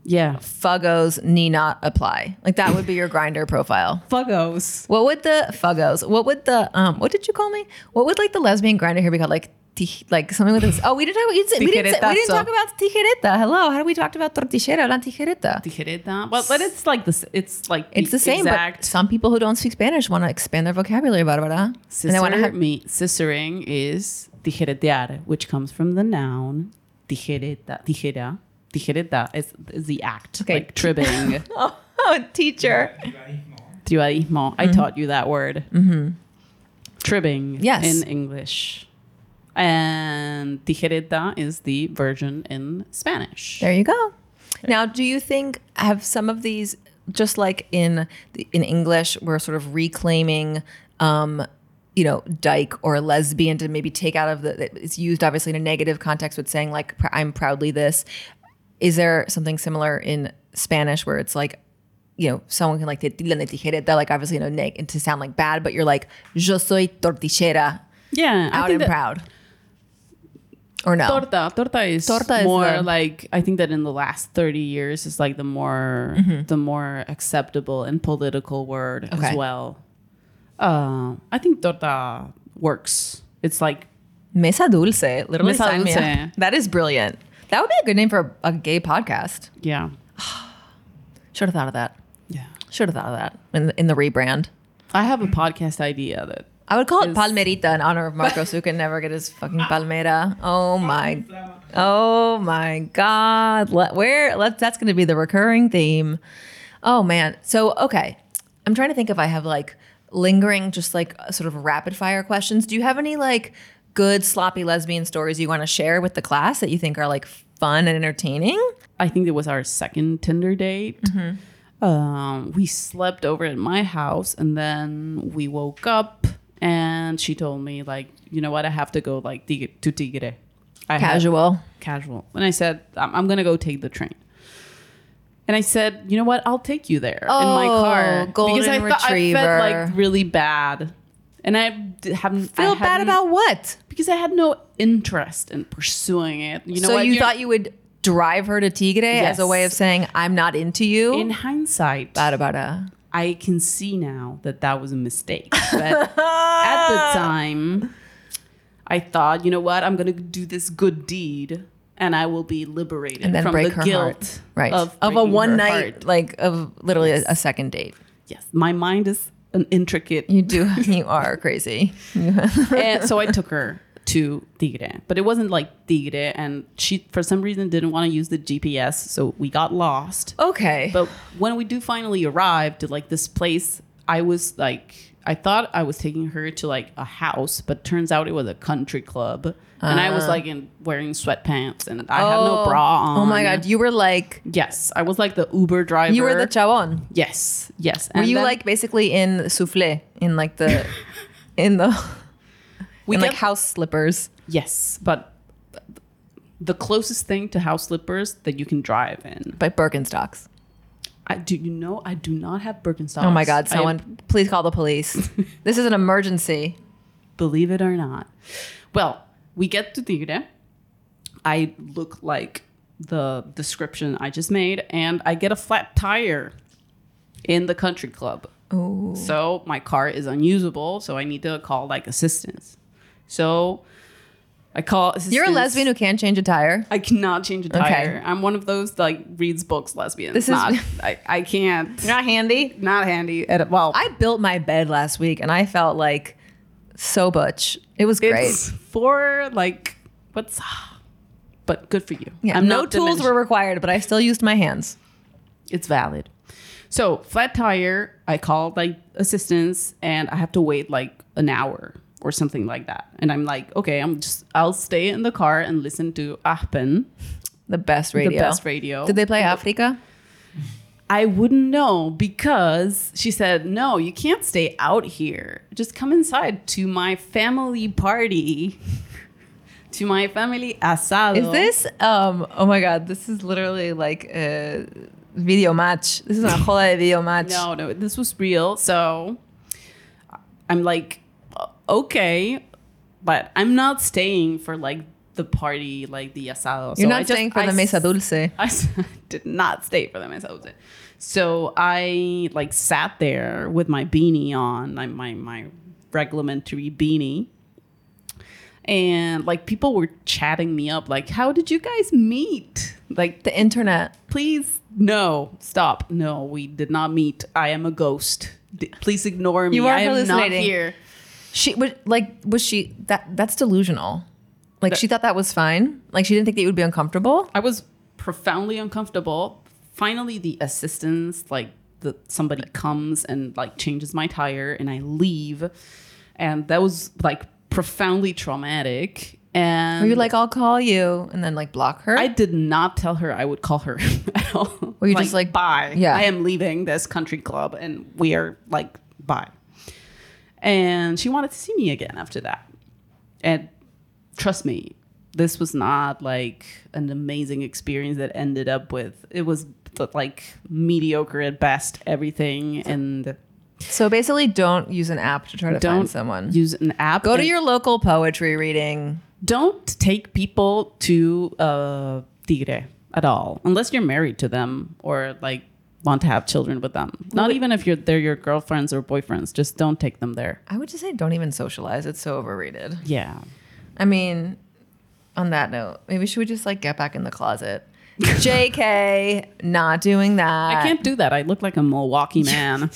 S2: yeah,
S1: fuggos need not apply. Like that would be your grinder profile.
S2: fuggos.
S1: What would the fuggos? What would the um? What did you call me? What would like the lesbian grinder here be called? Like ti- like something with this? Oh, we didn't talk about you didn't say- we, didn't say- we didn't talk about tijereta. Hello, how do we talked about tortillera, not tijereta?
S2: Tijereta. Well, but it's like this. It's like
S1: It's the same, but
S2: exact.
S1: some people who don't speak Spanish want to expand their vocabulary, Barbara, and they want to
S2: Cicer-
S1: have
S2: me cicering is tijeretear, which comes from the noun tijereta, tijera, tijereta is, is the act,
S1: Okay.
S2: like tribbing,
S1: oh, a teacher.
S3: Tribalismo.
S2: tribaismo.
S1: Mm-hmm.
S2: I taught you that word. Tribbing
S1: Yes.
S2: in English. And tijereta is the version in Spanish.
S1: There you go. Now, do you think have some of these just like in the, in English, we're sort of reclaiming, um, you know, dyke or lesbian to maybe take out of the. It's used obviously in a negative context with saying like pr- I'm proudly this. Is there something similar in Spanish where it's like, you know, someone can like te tiran de tijereta, like obviously you know, neg- and to sound like bad, but you're like yo soy tortillera,
S2: yeah. I
S1: out
S2: think
S1: and
S2: that-
S1: proud. Or no?
S2: Torta, torta is
S1: Torta is
S2: more
S1: the-
S2: like I think that in the last thirty years is like the more the more acceptable and political word
S1: Mm-hmm. Okay.
S2: as well. Uh, I think torta works. It's like
S1: Mesa Dulce, literally
S2: Mesa
S1: sign me
S2: Dulce.
S1: up. That is brilliant. That would be a good name for a, a gay podcast.
S2: yeah,
S1: Should have thought of that.
S2: yeah.
S1: Should have thought of that in the, in the rebrand.
S2: I have a podcast idea that
S1: I would call it
S2: Is-
S1: Palmerita in honor of Marcos, who can never get his fucking palmera. Oh my,
S3: Flama.
S1: oh my God! Let, where let, that's going to be the recurring theme Oh man. So okay, I'm trying to think if I have like lingering, just like sort of rapid fire questions. Do you have any like good sloppy lesbian stories you want to share with the class that you think are like fun and entertaining?
S2: I think it was our second Tinder date.
S1: Mm-hmm.
S2: Um, we slept over at my house and then we woke up and she told me like, you know what, I have to go like tig- to Tigre. I have-
S1: Casual.
S2: casual. And I said, I'm, I'm going to go take the train. And I said, you know what? I'll take you there in my
S1: Oh,
S2: car.
S1: golden
S2: I, thought- I felt
S1: retriever.
S2: like really bad. And I d- haven't
S1: Feel
S2: I
S1: bad
S2: hadn't-
S1: about what?
S2: because I had no interest in pursuing it. You know
S1: so
S2: what?
S1: you
S2: You're-
S1: thought you would drive her to Tigre as a way of
S2: Yes.
S1: saying I'm not into you.
S2: in hindsight,
S1: bad about a
S2: I can see now that that was a mistake. But at the time, I thought, you know what? I'm going to do this good deed and I will be liberated
S1: and then
S2: from
S1: break
S2: the
S1: her
S2: guilt
S1: heart. Right.
S2: of,
S1: Of, a
S2: breaking her
S1: one night,
S2: heart.
S1: like of literally a, a second date.
S2: Yes, my mind is an intricate.
S1: You do. You are crazy.
S2: and so I took her to Tigre, but it wasn't like Tigre, and she for some reason didn't want to use the GPS, so we got lost.
S1: Okay.
S2: But when we do finally arrive to like this place, I was like, I thought I was taking her to like a house, but turns out it was a country club, and I was like in wearing sweatpants and I had no bra on.
S1: Uh. Oh my god, you were like
S2: Yes, I was like the Uber driver.
S1: you were the chabon.
S2: yes, yes.
S1: Were
S2: And
S1: you
S2: then
S1: like basically in soufflé in like the in the
S2: we
S1: in like
S2: get-
S1: house slippers?
S2: Yes, but the closest thing to house slippers that you can drive in.
S1: But Birkenstocks.
S2: I, do you know I do not have Birkenstocks?
S1: Oh my god,
S2: I-
S1: someone please call the police. this is an emergency.
S2: believe it or not. Well, we get to Tigre. I look like the description I just made, and I get a flat tire in the country club.
S1: Oh.
S2: So my car is unusable, so I need to call like assistance. So I call assistance.
S1: You're a lesbian who can't change a tire.
S2: I cannot change a
S1: Okay.
S2: tire. I'm one of those like reads books lesbians.
S1: This is-
S2: not, I, I can't.
S1: You're not handy.
S2: Not handy at well.
S1: I built my bed last week and I felt like so butch. It was great.
S2: it's for like what's, but good for you.
S1: yeah,
S2: I'm
S1: no
S2: not
S1: tools
S2: diminishing-
S1: were required, but I still used my hands.
S2: It's valid. So flat tire. I called like assistance, and I have to wait like an hour or something like that. And I'm like, okay, I'm just I'll stay in the car and listen to Ahpen,
S1: The best radio.
S2: the best radio.
S1: Did they play Africa?
S2: I wouldn't know because she said, No, you can't stay out here. Just come inside to my family party, to my family asado.
S1: Is this? Um, oh my god, this is literally like a video match. This is a joda de video match.
S2: No, no, this was real. So I'm like, Okay, but I'm not staying for like the party, like the asado.
S1: You're
S2: So
S1: not
S2: I just-
S1: staying for
S2: I
S1: the mesa
S2: s-
S1: dulce.
S2: I s- did not stay for them. I was it. So I like sat there with my beanie on, like my my reglementary beanie. And like people were chatting me up, like, how did you guys meet? Like,
S1: The internet.
S2: please, no, stop. No, we did not meet. I am a ghost. D- please ignore me.
S1: You are
S2: I am not
S1: hallucinating.
S2: here.
S1: She was like, was she that? That's delusional. Like she thought that was fine. Like she didn't think that you would be uncomfortable.
S2: I was profoundly uncomfortable. Finally, the assistance, like the somebody comes and like changes my tire, and I leave, and that was like profoundly traumatic. And
S1: Were you like, I'll call you, and then like block her?
S2: I did not tell her I would call her at all.
S1: Were you just like,
S2: bye?
S1: yeah.
S2: I am leaving this country club, and we are like bye. And she wanted to see me again after that, and trust me, this was not like an amazing experience that ended up with. It was but, like mediocre at best. Everything and
S1: so basically, don't use an app to try to
S2: don't
S1: find someone.
S2: use an app.
S1: Go to
S2: and-
S1: your local poetry reading.
S2: don't take people to uh, Tigre at all, unless you're married to them or like want to have children with them. Not even if you're they're your girlfriends or boyfriends. Just don't take them there.
S1: I would just say, don't even socialize. It's so overrated.
S2: Yeah.
S1: I mean, on that note, maybe should we just like get back in the closet? JK, not doing that.
S2: I can't do that. I look like a Milwaukee man.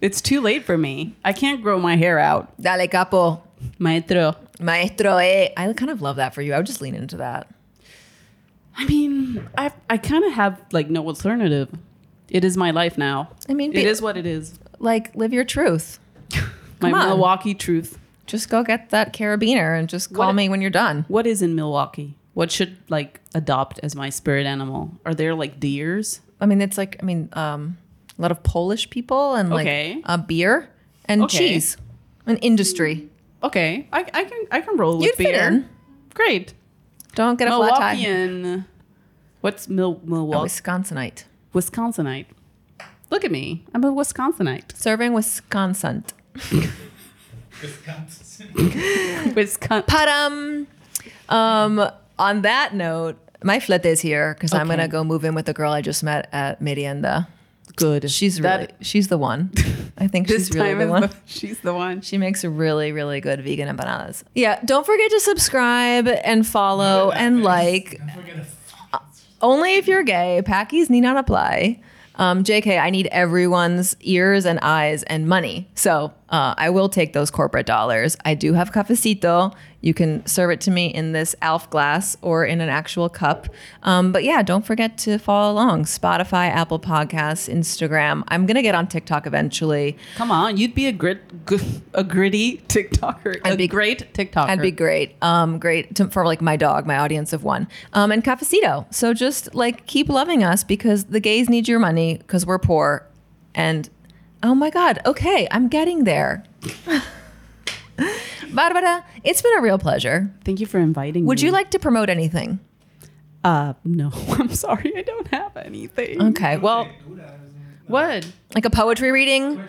S2: it's too late for me. I can't grow my hair out.
S1: Dale capo,
S2: Maestro.
S1: maestro. Eh. I kind of love that for you. I would just lean into that.
S2: I mean, I I kind of have like no alternative. It is my life now.
S1: I mean,
S2: it
S1: be-
S2: is what it is.
S1: like live your truth.
S2: My
S1: Come on.
S2: Milwaukee truth.
S1: Just go get that carabiner and just call
S2: What-
S1: me when you're done.
S2: What is in Milwaukee? What should like adopt as my spirit animal? Are there like deers?
S1: I mean, it's like I mean, um, a lot of Polish people and like
S2: Okay.
S1: uh, beer and
S2: Okay.
S1: cheese, an industry.
S2: Okay, I, I can I can roll with
S1: You'd fit
S2: beer.
S1: in.
S2: Great.
S1: Don't get a flat tire.
S2: Milwaukeean. What's Mil-
S1: A
S2: Milwaukee?
S1: Wisconsinite
S2: Wisconsinite. Look at me. I'm a Wisconsinite.
S1: serving Wisconsin.
S2: Wisconsin.
S1: Padam. Um, on that note, my flete is here because I'm
S2: Okay.
S1: gonna go move in with the girl I just met at Merienda.
S2: Good.
S1: She's really, she's the one. I think she's really the
S2: is
S1: one.
S2: the- she's the one.
S1: She makes really, really good vegan empanadas. Yeah, don't forget to subscribe and follow and like. ah, Only if you're gay. Packies need not apply. Um, JK, I need everyone's ears and eyes and money. So uh, I will take those corporate dollars. I do have cafecito. You can serve it to me in this ALF glass or in an actual cup. Um, but yeah, don't forget to follow along Spotify, Apple Podcasts, Instagram. I'm going to get on TikTok eventually.
S2: Come on, you'd be a grit, g- a gritty TikToker.
S1: I'd
S2: a
S1: be-
S2: great TikToker.
S1: That'd be great. Um, great to, for like my dog, my audience of one, um, and cafecito. So just like keep loving us because the gays need your money because we're poor, and oh my god, okay, I'm getting there. Barbara, it's been a real pleasure.
S2: Thank you for inviting
S1: Would
S2: me.
S1: you like to promote anything?
S2: Uh, no, I'm sorry, I don't have anything.
S1: Okay, well,
S2: What?
S1: like a poetry reading.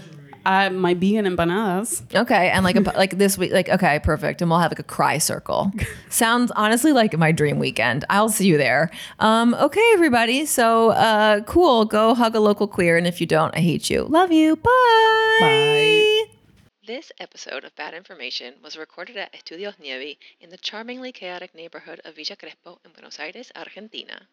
S2: Uh, my vegan empanadas.
S1: Okay, and like a, po- like this week, like okay, perfect, and we'll have like a cry circle. Sounds honestly like my dream weekend. I'll see you there. Um, okay, everybody. So uh, cool. Go hug a local queer, and if you don't, I hate you. Love you. Bye.
S2: Bye.
S4: This episode of Bad Information was recorded at Estudios Nievi in the charmingly chaotic neighborhood of Villa Crespo in Buenos Aires, Argentina.